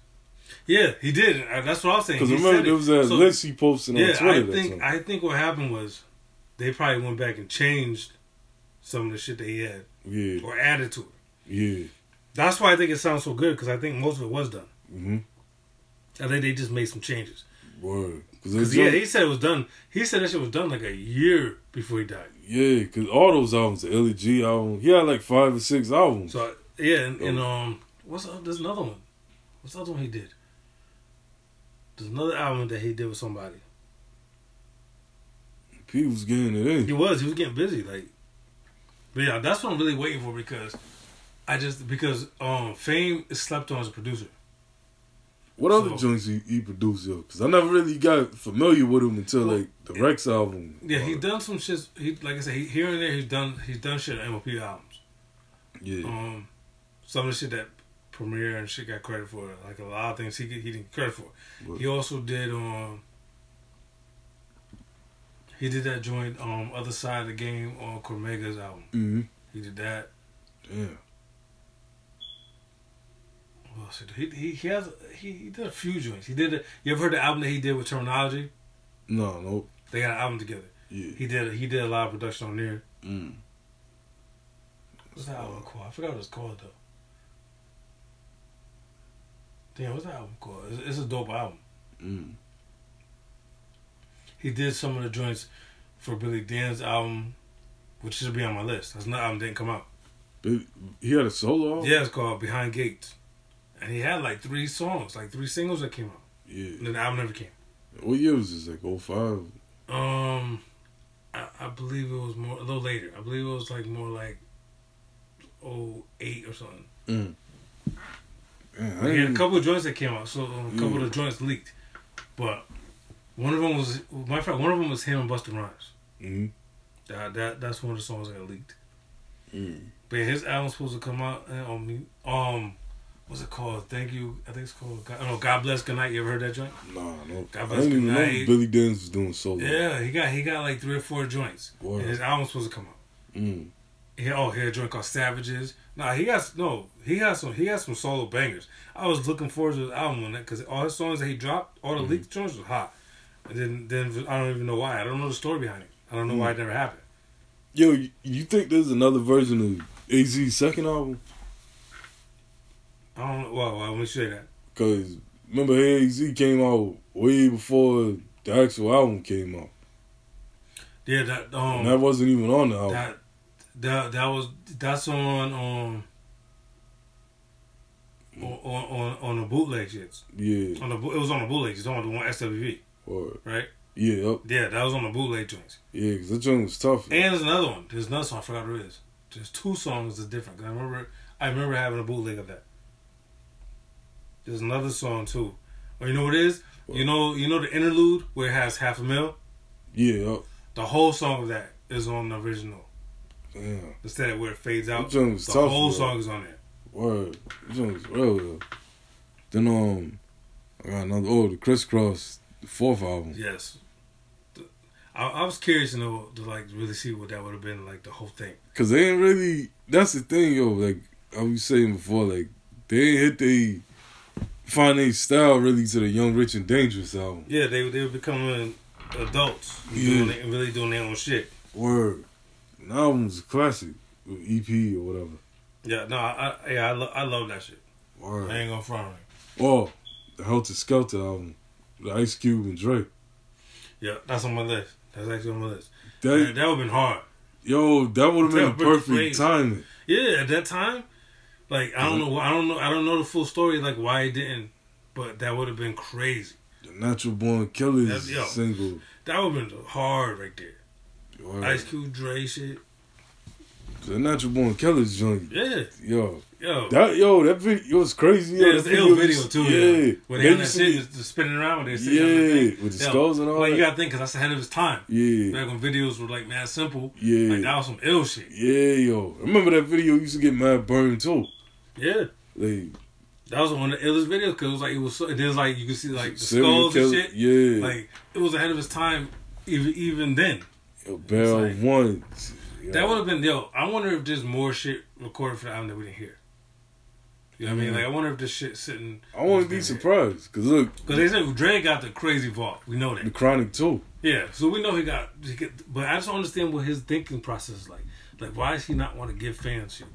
Yeah, he did. Uh, That's what I was saying.
Because
He
remember
said
there
it.
was that
So,
list he posted on
Yeah, I
Twitter. that
think
time.
I think what happened was they probably went back and changed some of the shit that he had
yeah,
or added to it.
yeah,
That's why I think it sounds so good because I think most of it was done.
Mhm.
I think they just made some changes.
word.
'Cause,
Because
yeah, he said it was done. He said that shit was done like a year before he died.
yeah, because all those albums, the Ellie G album, he had like five or six albums.
So yeah, and, and
Oh.
um, what's up? There's another one. What's the other one he did? There's another album that he did with somebody.
P was getting it in.
He was. He was getting busy. Like, but yeah, that's what I'm really waiting for because I just because um Fame is slept on as a producer.
What other
So-
joints he, he produced yo? Because I never really got familiar with him until like the Rex album.
Yeah, he
Uh,
done some shit. He like I said, he, here and there he's done he's done shit on MOP albums.
Yeah,
Um, some of the shit that Premiere and shit got credit for, like a lot of things he he didn't get credit for.
What?
He also did um. He did that joint um other side of the game on Cormega's album.
hmm
He did that.
damn,
Well, so he, he he has he, he did a few joints. He did. A, you ever heard the album that he did with Terminology?
no, no,
They got an album together.
yeah,
He did he did a lot of production on there.
mm.
What's that album called? I forgot what it's called though. Damn, what's that album called? It's, it's a dope album.
Mm.
He did some of the joints for Billy Dan's album, which should be on my list. That's not album didn't come out.
But he had a solo album.
Yeah, it's called Behind Gates, and he had like three songs, like three singles that came out.
Yeah.
And then the album never came.
oh What year was this? Like 05?
Um, I, I believe it was more a little later. I believe it was like more like oh eight or something.
Man, I
Yeah, a
didn't-
couple of joints that came out. So um, a couple of the joints leaked, but one of them was my friend. One of them was him and Busta Rhymes.
Mhm.
That, that that's one of the songs that got leaked. But yeah, his album's supposed to come out uh, on me. Um, what's it called? Thank you. I think it's called. God, no, God bless. Good night. You ever heard that joint?
Nah, no.
God
I
bless
didn't even know
Goodnight.
Billy Denz was doing solo.
Yeah, he got he got like three or four joints.
Mm. Word.
And his album's supposed to come out.
Mm.
He, oh, he had a joint called Savages. Nah, he got no. He got some. He got some solo bangers. I was looking forward to his album on that because all his songs that he dropped, all the leaked joints, was hot. And then, then I don't even know why. I don't know the story behind it. I don't know why it never happened.
Yo, you- you think there's another version of AZ's second album?
I don't. Well, well, let me say that.
Because remember, AZ came out way before the actual album came out.
Yeah, that
And that
um,
wasn't even on the album.
that that that was that's on um. On, on on the bootleg shits.
yeah.
On the bo- it was on the bootleg. It's on the one SWV,
Or,
right?
yeah, up.
Yeah, that was on the bootleg joints.
Yeah, because that joint was tough.
And there's another one. There's another song. I forgot what it is. There's two songs that's different. 'cause I remember. I remember having a bootleg of that. There's another song too. Or you know what it is? You know, you know the interlude where it has half a mil.
yeah, up.
The whole song of that is on the original.
Damn.
Instead of where it fades out,
That joint was
the
tough,
whole
bro.
song is on there.
Word. That joint was real, though. Then, um, I got another. Oh, the Crisscross, the fourth album.
Yes. The- I, I was curious to know to like really see what that would have been like the whole thing.
Cause they ain't really. That's the thing, yo. Like I was saying before, like they ain't hit they find their style really to the Young Rich and Dangerous album.
Yeah, they they were becoming adults,
Yeah.
doing it, really doing their own shit.
Word, an album's a classic, or EP or whatever.
Yeah, no, I, I yeah, I, lo- I love that shit. I
Word.
ain't gonna front on it.
Or the Helter Skelter album, the Ice Cube and Drake.
Yeah, that's on my list. That's actually on my list.
That
Man, that would have been hard.
yo, that would have been
That
the
was
perfect
crazy.
timing.
Yeah, at that time, like I don't
Mm-hmm.
know, I don't know, I don't know the full story, like why it didn't, but that would have been crazy.
The Natural Born Killers
That's- yo.
single.
That would have been hard right there.
Word.
Ice Cube, Dre, shit.
The Natural Born Killers joint.
Yeah,
Yo,
yo,
that yo, that video was crazy. Yo,
yeah, it's
That
the ill
was-
video too.
Yeah,
Yeah, when they
Maybe
on that
see-
shit, just- just spinning around with their shit.
Yeah, with the skulls and all
Like you
that.
gotta think, 'cause that's ahead of his time.
Yeah.
Back when videos were like mad simple.
Yeah.
like that was some ill shit.
Yeah, yo. Remember that video used to get mad burned too.
Yeah.
Like
That was one of the illest videos because it was like it was so, there's like you can see like the
Serial
skulls and
killer-
shit.
yeah.
like it was ahead of its time, even even then.
yo, barrel
It's like-
one. Yo,
That would have been yo. I wonder if there's more shit recorded for the album that we didn't hear. You know what I mean? Like I wonder if this shit sitting.
I wouldn't be surprised. Cause look,
because they said Dre got the crazy vault. We know
the
that.
chronic too.
Yeah, so we know he got. He get, but I just don't understand what his thinking process is like. Like why does he not want to give fans shit?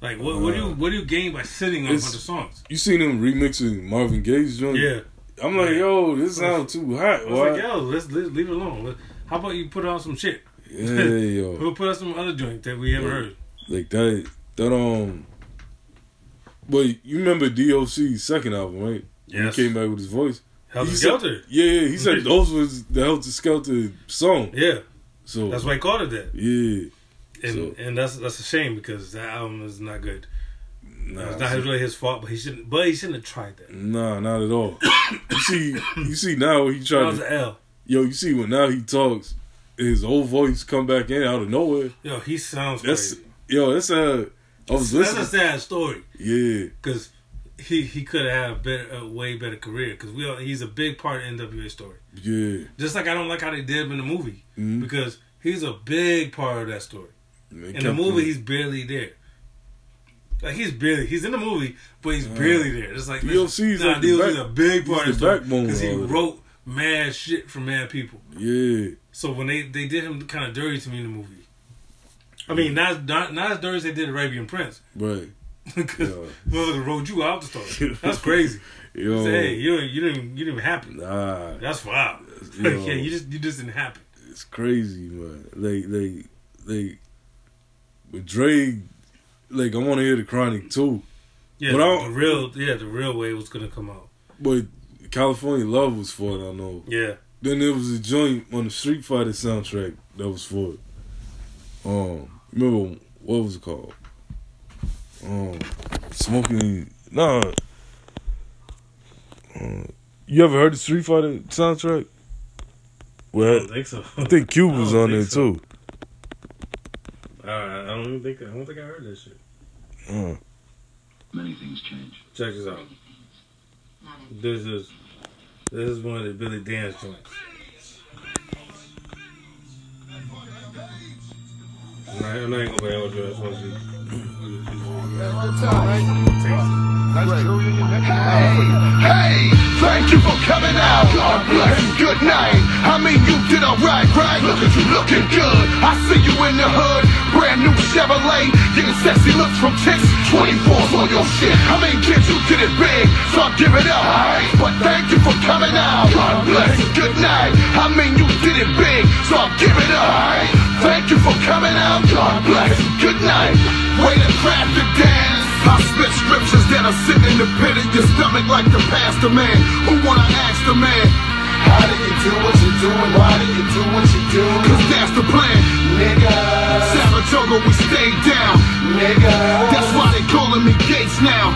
Like what? what do you what do you gain by sitting on a bunch
Uh, It's-
of songs?
You seen him remixing Marvin Gaye's joint?
Yeah.
I'm like,
Yeah.
yo, this sound too hot.
I was
Why?
like, yo, let's, let's leave it alone. Let- How about you put out some shit?
yeah, yo.
We'll put out some other joint that we haven't
Oh. Yeah.
heard.
Like that. That um. But you remember DOC's second album, right? When
Yes.
He came back with his voice.
Helter
He said-
Skelter.
Yeah, yeah. He said those was the Helter Skelter song.
Yeah,
So
that's why I called it that.
yeah.
And
So-
and that's that's a shame because that album is not good.
Nah,
it's not
so-
really his fault, but he shouldn't. But he shouldn't have tried that.
Nah, not at all. you see, you see now he
That
tried
was
to.
an L.
Yo, you see when now he talks, his old voice come back in out of nowhere.
Yo, he sounds
That's
crazy.
yo, that's a. I was
That's a
listening.
sad story
Yeah,
because he he could have had a better, a way better career because we all, he's a big part of NWA story.
yeah,
Just like I don't like how they did him in the movie
Mm-hmm.
because he's a big part of that story. In the movie, he's barely there. Like he's barely he's in the movie, but
Uh,
he's barely there. It's like
DLC is
nah,
like the
DLC is
back-
a big part
he's
of
the backbone
because he
of it.
wrote mad shit for mad people.
yeah,
So when they they did him kind of dirty to me in the movie, I mean not not, not as dirty as they did Arabian Prince
right.
because
Yeah.
motherfucker wrote you out the story. That's crazy.
Yo,
Say, hey, you you didn't you didn't happen.
nah,
That's wild.
Yo.
yeah, you just you just didn't happen.
it's crazy, man. Like, like, like, with Dre, like, I want to hear the Chronic too,
Yeah,
But I
the
don't-
real yeah the real way was gonna come out.
but California Love was for it. I know
Yeah,
then there was a joint on the Street Fighter soundtrack that was for it. Um, remember what was it called? Um, smoking. Nah. Uh, you ever heard the Street Fighter soundtrack?
I
Well,
don't think so.
I think Cube was
I don't
on there
think so.
too.
All right, I don't even think I don't think I heard that shit.
Uh,
Many things change.
Check this out. This is this is one of the Billy Dance joints. I'm not, I'm not even gonna play all the rest of
Hey, thank you for coming out. God bless. And good night. I mean, you did alright, right? Look at you looking good. I see you in the hood. Brand new Chevrolet. Getting sexy looks from chicks. 24s on your shit. I mean, kids, you did it big. So I give it up. But thank you for coming out. God bless. And good night. I mean, you did it big. So I give it up. Thank you for coming out. God bless. And good night. Way to craft the dance. I spit scriptures that are sitting in the pit of your stomach like the pastor man. Who wanna ask the man? How do you do what you do and why do you do what you do? Cause that's the plan, nigga. Saratoga, we stay down, nigga. That's why they calling me Gates now.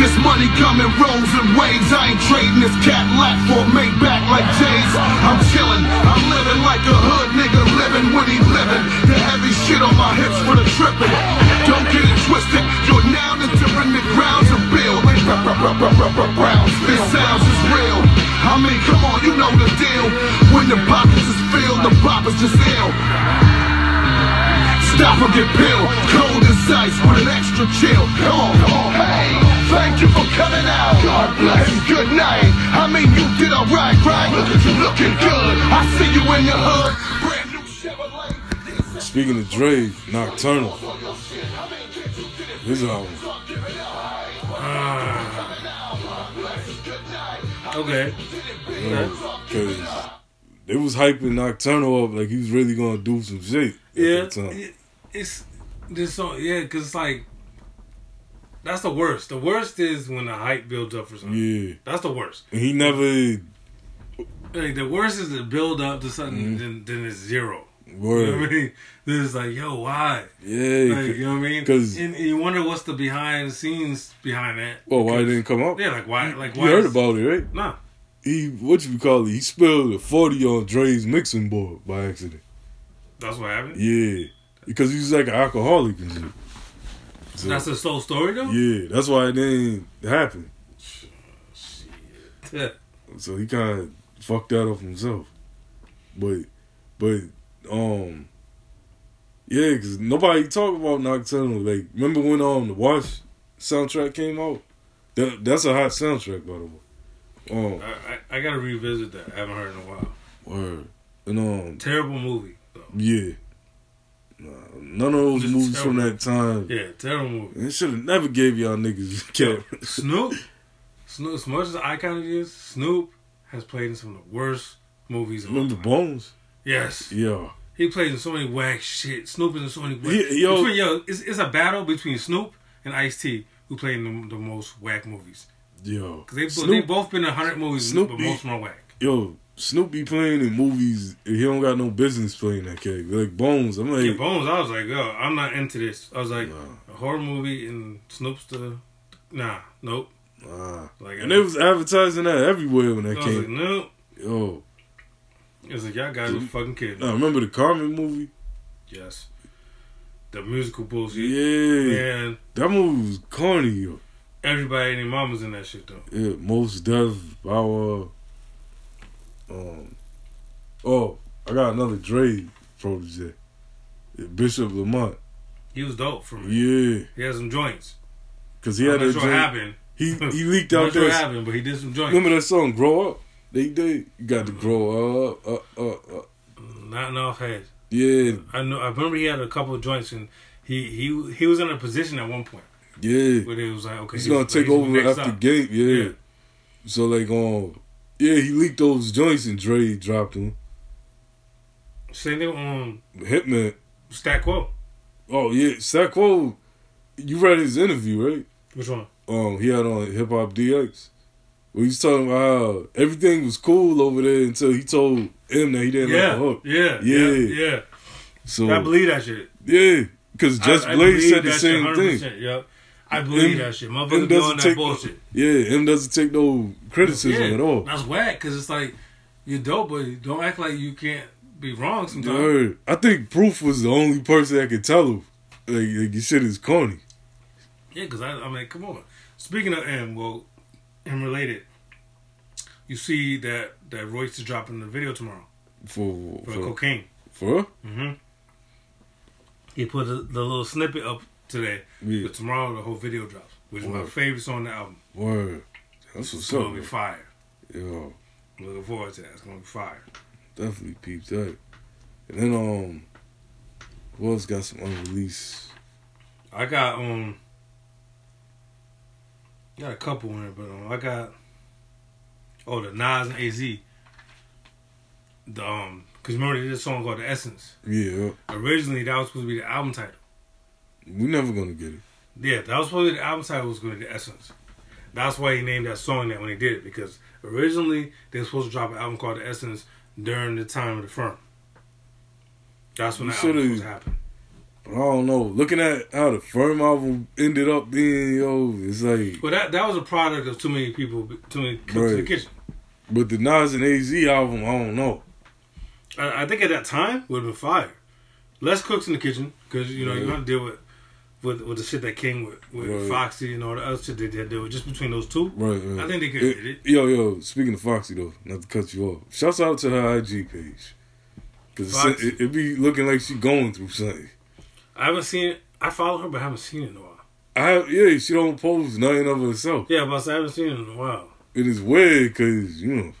This money coming rolls and waves. I ain't trading this Cadillac for a Maybach like Jay's. I'm chilling, I'm living like a hood nigga living when he living. The heavy shit on my hips for the tripping. Don't get it twisted, you're now entering the grounds of Bill. Browns, this sounds is real. I mean, come on, you know the deal. When the pockets is filled, the pop is just ill. Stop or get peeled. Cold as ice with an extra chill. Come on, come on. Hey, thank you for coming out. God bless. And good night. I mean, you did alright, right? Look at you looking good. I see you in your hood. Brand new Chevrolet.
speaking of Dre, Nocturnal. His album.
Okay.
Because they was hyping Nocturnal up like he was really going to do some shit. at
Yeah,
that time.
it- it's this song. Yeah, because it's like that's the worst. The worst is when the hype builds up for something.
Yeah.
That's the worst.
And he never.
Like the worst is to build up to something, then then it's zero. You know what I
Word.
mean? Then it's like, yo, why?
Yeah.
Like, you know what I mean?
'Cause-
and, and you wonder what's the behind the scenes behind that.
Well, oh, why it didn't come up?
Yeah, like why? Like
You
why?
heard
is-
about it, right?
Nah.
He, what you call it? He spilled a 40 on Dre's mixing board by accident.
That's what happened.
Yeah, because he was like an alcoholic and shit. So,
That's the sole story though.
yeah, that's why it didn't happen.
Yeah.
So he kind of fucked that up himself. But, but, um, yeah, because nobody talk about Nocturnal. Like, remember when um the Wash soundtrack came out? That, that's a hot soundtrack, by the way. Um,
I, I, I gotta revisit that. I haven't heard in a while.
word. and um,
Terrible movie. Though.
yeah. Nah, none of those
Just
movies from
terrible.
that time.
Yeah, terrible movie.
It should have never gave y'all niggas cap.
Snoop, Snoop, as much as I kind of is, Snoop has played in some of the worst movies. Of all
Remember
time.
Bones?
Yes,
Yeah.
he played in so many whack shit. Snoop is in so many. Whack.
Yeah, yo.
Between- yo, it's, it's a battle between Snoop and Ice T, who played in the, the most whack movies.
Yo,
Cause they
Snoop,
they both been in hundred movies,
Snoop
but
be-
most of them are whack.
yo, Snoop be playing in movies. and He don't got no business playing that character. Like Bones, I'm like,
Yeah, Bones, I was like, yo, I'm not into this. I was like,
Wow.
a horror movie and Snoop's the, nah, nope.
ah.
Like,
And they was advertising that everywhere when
I
that
was like,
came.
nope.
Yo,
It was like, y'all guys are
Dude.
fucking kidding.
now remember the Carmen movie?
Yes, the musical bullshit.
Yeah,
And
that movie was corny. Yo,
everybody and their mama's in that shit though.
yeah, most death power. Um, oh, I got another Dre protege, Bishop Lamont.
He was dope for me.
Yeah,
He had some joints.
cause he
I'm
had
not
that
sure what
joint-
happened.
He he leaked
Not
out
sure Hmm. what
there.
happened, but he did some joints.
Remember that song "Grow Up"? They did. You got to grow up, up, up, up.
Not enough head.
Yeah,
I know. I remember he had a couple of joints, and he he he was in a position at one point
yeah.
where it was like, okay,
He's gonna take over
next
after
up.
Gabe. Yeah.
Yeah.
So like, um, yeah, he leaked those joints and Dre dropped them.
Same thing on
Hitman.
Stat Quo.
Oh yeah, Sacco. You read his interview, right?
Which one?
Um, he had on Hip Hop DX. where he was talking about how everything was cool over there until he told him that he didn't like
Yeah,
the hook.
yeah, yeah,
yeah.
yeah.
So
I believe that shit.
yeah, because Just
I, I
Blaze
believe
said the
that
same
shit
thing.
100%, Yep. I believe
M-
that shit.
M
Motherfuckers be on
doesn't
that
take
bullshit.
yeah, M doesn't take no criticism
yeah,
at all.
That's whack because it's like you're dope, but you don't act like you can't be wrong sometimes.
Dude, I think Proof was the only person that could tell him like, like your shit is corny.
Yeah, because I, I mean, come on. Speaking of M, well, M related, you see that that Royce is dropping the video tomorrow
For
for,
for,
cocaine.
for?
He put the, the little snippet up today,
Yeah.
but tomorrow the whole video drops, which is my
Word.
favorite song on the album.
word. That's
It's
what's up.
gonna be
man.
fire.
Yo,
Looking forward to that. It's gonna be fire.
definitely peep that. And then um, who else got some unreleased?
I got um, got a couple in it, but um, I got oh the Nas and Az. The um, cause remember they did a song called The Essence.
Yeah,
Originally that was supposed to be the album title.
we never gonna get it.
Yeah, that was supposed to be the album title was going to be The Essence. That's why he named that song that when he did it because originally they were supposed to drop an album called The Essence during the time of the firm. That's when
You
the album was
should've-
supposed to happen.
But I don't know. Looking at how the firm album ended up being, yo, it's like.
But that that was a product of too many people, too many cooks in the
Right.
kitchen.
But the Nas and Az album, I don't know.
I, I think at that time would have been fire. Less cooks in the kitchen because you know you
Right.
don't deal with with with the shit that came with, with
Right.
Foxy and all the other shit they had to deal with. Just between those two,
Right, right.
I think they could
It-
did it.
Yo, yo. Speaking of Foxy though, not to cut you off. Shouts out to her IG page because it,
Foxy.
it, be looking like she going through something.
I haven't seen it. I follow her, but I haven't seen it in a while.
I have, yeah, she don't post nothing of herself.
Yeah, but I said I haven't seen it in a while.
It is weird because you know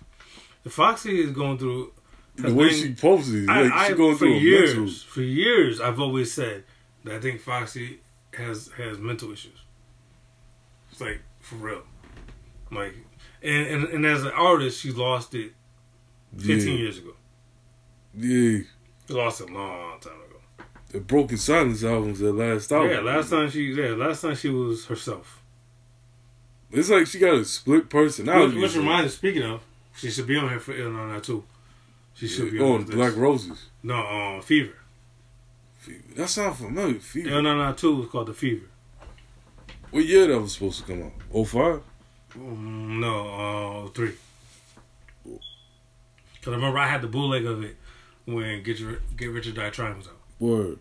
The Foxy is going through.
the
has
way
been-
she posted,
I-
like she
I-
going
for
through
years.
a mental.
For years, I've always said that I think Foxy has has mental issues. It's like for real, like and and, and as an artist, she lost it fifteen
yeah,
years ago.
yeah.
She lost it a long time ago.
The Broken Silence album's that last album.
yeah, last time she yeah last time she was herself.
it's like she got a split
Which,
personality.
which reminds me, speaking of, she should be on here for and on that too. She should be
oh,
on
the
this.
Black Roses.
no um, fever.
Fever. That sounds familiar. Fever.
Ill nine nine two was called the fever.
What year that was supposed to come out? Oh five.
Mm, No, uh, three. Cause I remember I had the bootleg of it when Get Your Get Rich or Die Trying was out.
Word.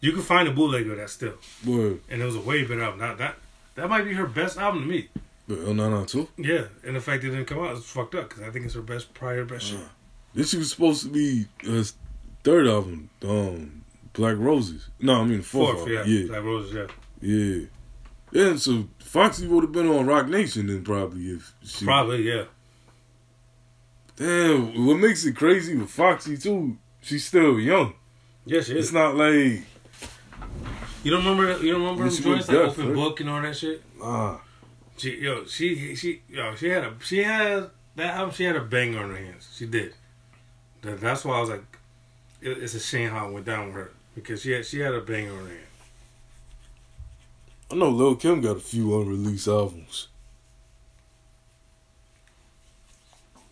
You can find a bootleg of that still,
Word.
and it was a way better album. That that that might be her best album to me.
But L nine nine two.
Yeah, and the fact it didn't come out is fucked up because I think it's her best prior best shit.
This was supposed to be his third album, um, Black Roses. No, I mean fourth.
Fourth, yeah,
album. yeah,
Black Roses, yeah,
yeah, yeah. So Foxy would have been on Rock Nation then probably if she.
probably yeah.
Damn, what makes it crazy with Foxy too? She's still young.
Yeah, she
It's
is.
not like
You don't remember? You don't remember
When
them
she was
joints like
deaf,
Open
right?
Book and all that shit?
ah,
She yo, she she yo, she had a she had that album. She had a banger on her hands. She did. That, that's why I was like, it, it's a shame how it went down with her because she had she had a banger on her hand.
I know Lil Kim got a few unreleased albums.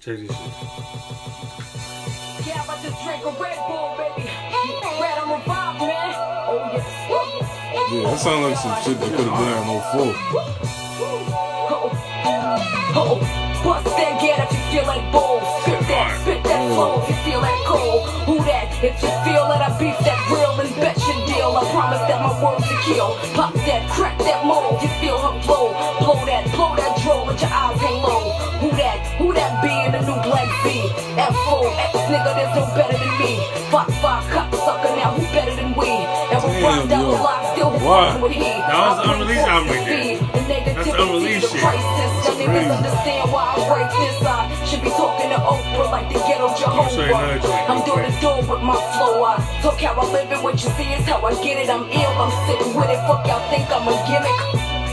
Check this shit.
Yeah, I just drank a Red Bull, baby. Red, I'm a vibe, man. Oh, yeah.
Yeah, that sounds like some shit that could have been on 04.
Oh, bust that get up, you feel like bold. Spit that, spit that flow, if you feel that cold. Who that? If you feel that I beef that grill and bet your deal, I promise that my words to kill. Pop that, crack that mold, you feel her blow. Blow that, blow that droll, let your eyes hang low. Who that? Who that be in the new black B? F4, X nigga, there's no better than me. Fuck, fuck, cock, sucker, now who better than we? And we
Damn,
run down the
yo.
block, still be
Why?
fucking with he.
That was the unreleased album right there.
That's
the unreleased shit.
Niggas understand why I break this. I should be talking to Oprah like the ghetto
sorry, no,
Jehovah.
it's like-
I'm door to door with my flow. I talk how I live it. What you see is how I get it. I'm ill. I'm sitting with it. Fuck y'all think I'm a gimmick.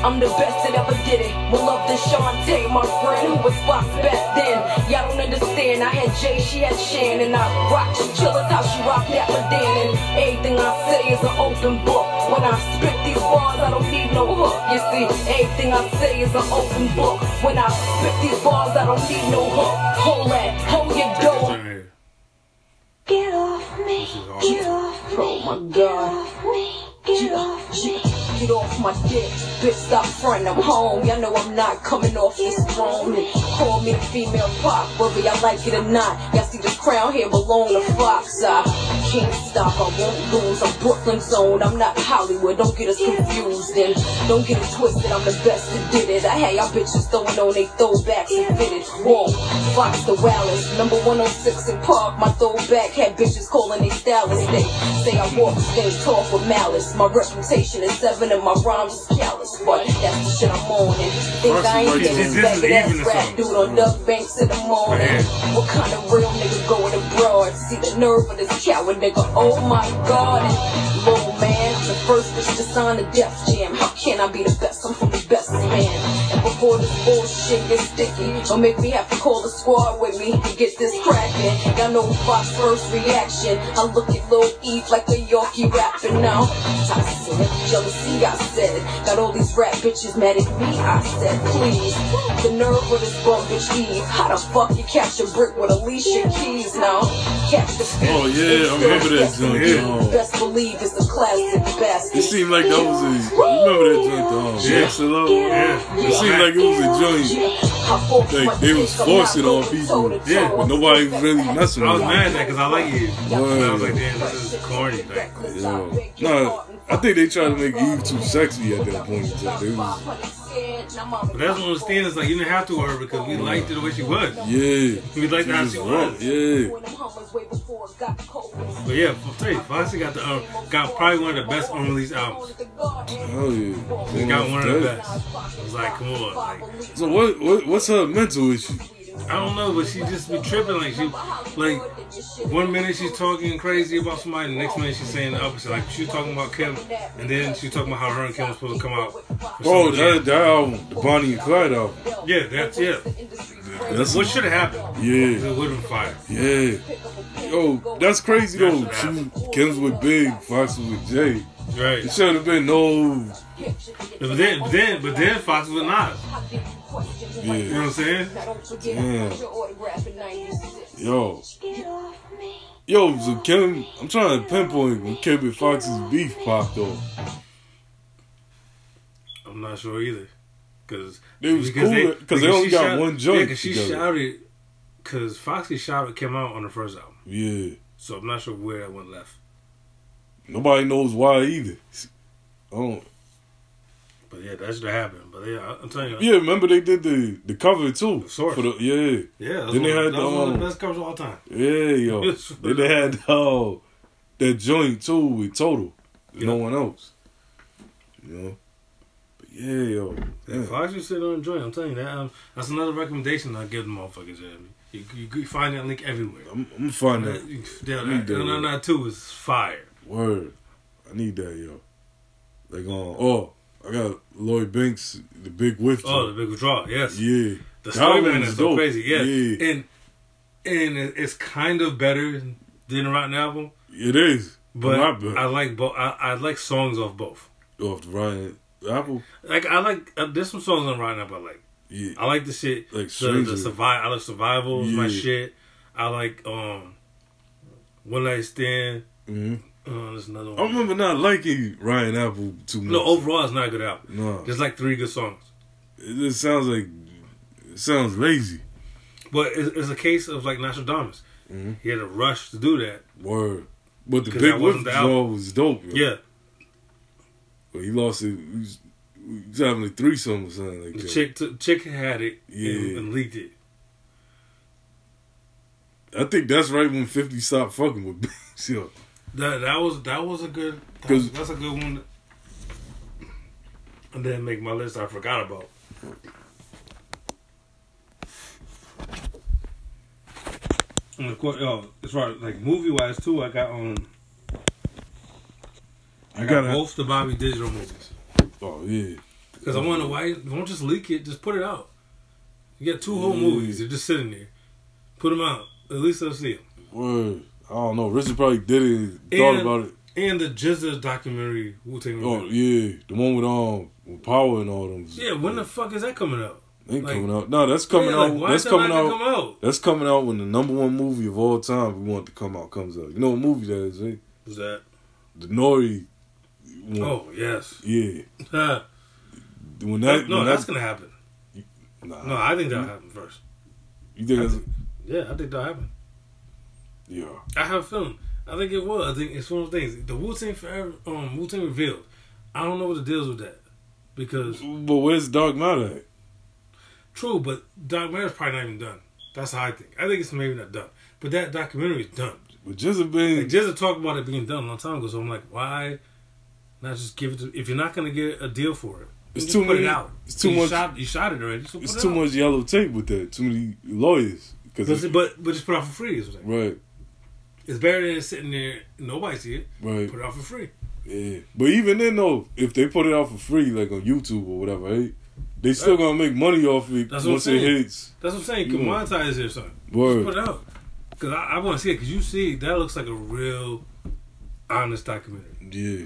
I'm the best that ever did it. Well, love to Shantae, my friend, who was Fox back then. Y'all don't understand. I had Jay, she had Shan, and I rocked you chillers how she rocked that Medan. And everything I say is an open book. When I spit these bars, I don't need no hook. You see, everything I say is an open book. When I spit these bars, I don't need no hook. Hold that, hold your
This
door.
right here.
Get off me.
This is
Get
awesome.
off me.
Oh my god.
Get off me. Get off me.
Get off my dick, bitch, stop frontin', I'm home. Y'all know I'm not coming off this throne. And Call me the female pop, whether y'all like it or not. Y'all see this crown here belong to Fox. uh. I can't stop, I won't lose. I'm Brooklyn zone, I'm not Hollywood. Don't get us confused and don't get it twisted. I'm the best that did it. I had y'all bitches throwing on they throwbacks and fitted. Whoa, Fox the wildest, number 106 in Park. My throwback had bitches calling they stylist. They say I walk, they talk with malice. My reputation is seven and my rhymes is callous. But that's the shit I'm on. And think I ain't
This
getting
is
back
even
that
or
rap
something.
dude on Duck Banks in the morning.
Man.
What kind of real nigga going abroad? See the nerve of this coward nigga. Oh my god. And little man, I'm the first bitch to sign a death jam. How can I be the best? I'm from the best man. And before this bullshit gets sticky, don't make me have to call the squad with me to get this crackin'. Y'all know Fox first reaction. I look at Lil Eve like a Yorkie rapping now. I said it, jealousy, I said it. Got all these rap bitches mad at me, I said please. The nerve of this bum bitch Eve. How the fuck you catch a brick with Alicia Keys now? Catch the
Oh, yeah, I remember that joint.
Yeah.
Yeah.
Best believe it's the classic best.
It seemed like that was a. Remember that joint, um,
Yeah.
yeah.
Yeah.
It seemed like it was a joint.
Like
they was forcing on people.
Yeah,
but nobody was really messing
I was
Yeah.
mad at that because I like you.
Word.
I was like, damn, this is corny. Like,
Yeah. Nah, I think they tried to make Eve too sexy at that point. in time. They was,
but that's what I'm saying. It's like you didn't have to her because we liked her the way she was.
yeah.
We liked how
was
she
raw,
was.
Yeah.
But yeah, for Faith, Foxy got the um, got probably one of the best unreleased albums.
Hell yeah.
She got one of the
Yeah.
best. I was like, come on, like
So what, what? What's her mental issue?
I don't know, but she just be tripping. Like she, like one minute she's talking crazy about somebody, the next minute she's saying the opposite. Like she was talking about Kim, and then she was talking about how her and Kim was supposed to come out. for
Oh,
somebody else.
that, that album, the Bonnie and Clyde album.
yeah, that's yeah.
That's
What should have happened?
yeah,
It would have been fire.
yeah. Yo, that's crazy though. She, Kim's with Big, Fox was with Jay.
Right.
It should have been no.
But then, but then, but then Fox was not. You know what
Yeah,
I'm saying?
Yeah.
Yeah.
yo,
Get off me.
yo. So Kim, I'm trying to pinpoint when Kim and Fox's beef popped off.
I'm not sure either. Cause
They was cool, 'cause they only
she
got one joint
Yeah, cause she
together.
shouted. Cause Foxy shouted came out on the first album,
Yeah,
so I'm not sure where that one left.
nobody knows why either. Oh,
But yeah, that should have happened. But yeah, I- I'm telling you.
yeah. Remember they did the the cover too.
Source.
For the, yeah,
Yeah, that was,
Then
one,
they had
that was one of
the,
the
um,
best covers of all time.
Yeah, yo.
Yes.
then they had uh, that joint too with Total. No one else. You know? But yeah, yo.
Yeah.
Damn.
Fox, you sit on and joint. I'm telling you that. Um, that's another recommendation I give the motherfuckers. Jeremy. You, you, you find that link everywhere.
I'm, I'm find
Yeah,
that
that,
do.
no, no, two is fire.
word. I need that, yo. Like, um, oh, I got Lloyd Banks, the big whiff.
Oh, the
joint.
big withdrawal. Yes.
yeah.
The
That
story
one
behind
is
it is so
dope.
crazy. Yeah.
Yeah.
And and it- it's kind of better than the Rotten Album,
It is.
but
not bad.
I like both. I, I like songs off both.
Off the Ryan Apple.
Like I like uh, there's some songs on Rotten Album I like.
Yeah.
I like the shit.
Like
the,
Stranger.
the survive. I like survival. is My
Yeah.
shit. I like um one night stand.
Mhm.
Uh, there's another one.
I remember not liking Ryan Apple too much.
No, overall it's not a good album.
No.
There's like three good songs,
It just sounds like, it sounds lazy.
but it's, it's a case of like Nostradamus.
Mm-hmm.
He had a rush to do that.
Word. But the
'Cause
big
that
whip
wasn't the
draw was dope. Yo.
Yeah,
But he lost it. He was, he was having a threesome or something like
the
that.
chick took chick had it and,
Yeah.
and leaked it.
I think that's right when 50 stopped fucking with Banks. Yo.
That that was that was a good. That
'Cause-
was, that's a good one. I didn't make my list. I forgot about. And of course, oh, as far as like movie wise too, I got on. Um, I
You
got
gotta-
both the Bobby Digital movies
Oh, yeah.
because I wonder why you don't just leak it, just put it out. You got two whole
Yeah.
movies. They're just sitting there. Put them out. At least I'll see them.
Word. I don't know. Richard probably did it and thought
And-
about it.
And the Jizza documentary Wu Tang.
Oh yeah, the one with um with Power and all them.
yeah, when the fuck is that coming out?
They ain't
like-
coming out. No, that's coming
Yeah, like,
out.
why
that's
is that not
coming
gonna
out.
come out?
That's coming out when the number one movie of all time we want to come out comes out. You know what movie that is? Right?
Was that?
The Nori. One.
Oh yes.
yeah.
Huh.
When
no,
that. Hmm?
no,
when
that's
that,
gonna happen.
Nah,
No, I think that'll happen first.
you think that's
Yeah, I think that'll happen.
yeah?
I have a feeling. I think it was. I think it's one of those things. The Wu Tang Forever, um, Wu Tang revealed. I don't know what the deals with that because
But where's Dark Matter at?
True, but documentary's probably not even done. That's how I think. I think it's maybe not done. But that documentary is done.
But Jizza been
Like, just to talk about it being done a long time ago, so I'm like, why not just give it to... If you're not going to get a deal for it,
It's
just
too
put
many-
it out.
it's too
you
much-
Shot, you shot it already, so
it's
put it
too
out.
much yellow tape with that. Too many lawyers. Cause
But,
it,
but, but just put it out for free. Is what I'm saying.
right,
It's better than sitting there, nobody see it.
right.
Put it out for free.
Yeah, but even then though, if they put it out for free, like on YouTube or whatever, right? They still gonna make money off it
That's what I'm
once it
saying.
hits.
That's what I'm saying. You can
Yeah.
monetize it or something.
Mm. Word.
Just put it out. Because I, I want to see it. Because you see, that looks like a real, honest documentary.
Yeah,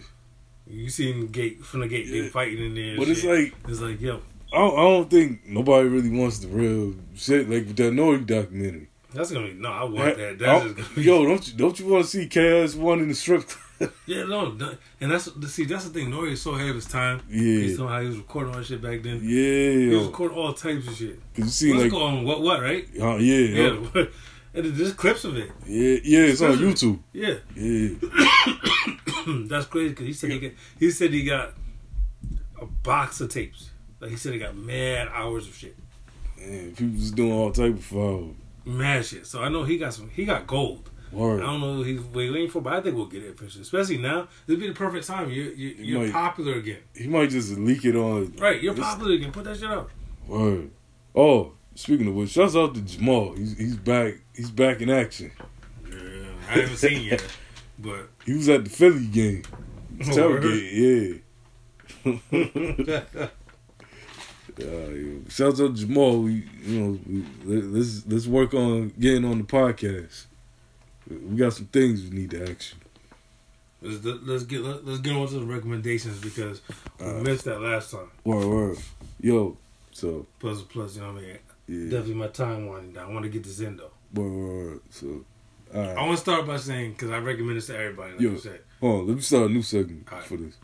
You see him gate from the gate,
Yeah.
they fighting in there. and
but it's
shit.
like
it's like yo,
I don't, I don't think nobody really wants the real shit like that Nori documentary.
that's gonna be no. I want
I-
that. That's
I-
just gonna be,
oh, yo, don't you, don't you want to see KS one in the strip? club?
yeah, no, no. And that's see, that's the thing. Nori is so ahead of his time.
Yeah.
based on how he was recording all that shit back then.
yeah,
He was
yo.
recording all types of shit.
cause you see
Let's
like
go on what what right?
uh, yeah, yeah,
Yeah, and there's just clips of it.
yeah, yeah, it's on YouTube.
Yeah,
Yeah,
that's crazy because he said he got, he said he got a box of tapes. Like he said, he got mad hours of shit,
man, people just doing all type of uh, foul.
mad shit. So I know he got some. He got gold.
Word.
I don't know what he's waiting for, but I think we'll get it eventually. Especially now, this would be the perfect time. You're you, you're
might.
popular again,
He might just leak it on.
right? You're
It's-
popular again. Put that shit out.
Word. Oh, speaking of which, shouts out to Jamal. He's he's back. He's back in action.
Yeah, I haven't seen yet, but
He was at the Philly game.
Oh, Word.
Tailgate, yeah. Uh, yeah. shouts out to Jamal. We, you know, we, let- let's let's work on getting on the podcast. We got some things we need to action.
let's, let's get let's get on to the recommendations because we missed that last time.
Word, word. Yo, so
Plus, plus, you know what I mean.
yeah,
Definitely my time winding down. I want to get this in though.
word, word, word. So, all
I
right.
want to start by saying because I recommend this to everybody. Like
Yo.
you said,
Hold on, let me start a new segment
All right.
for this.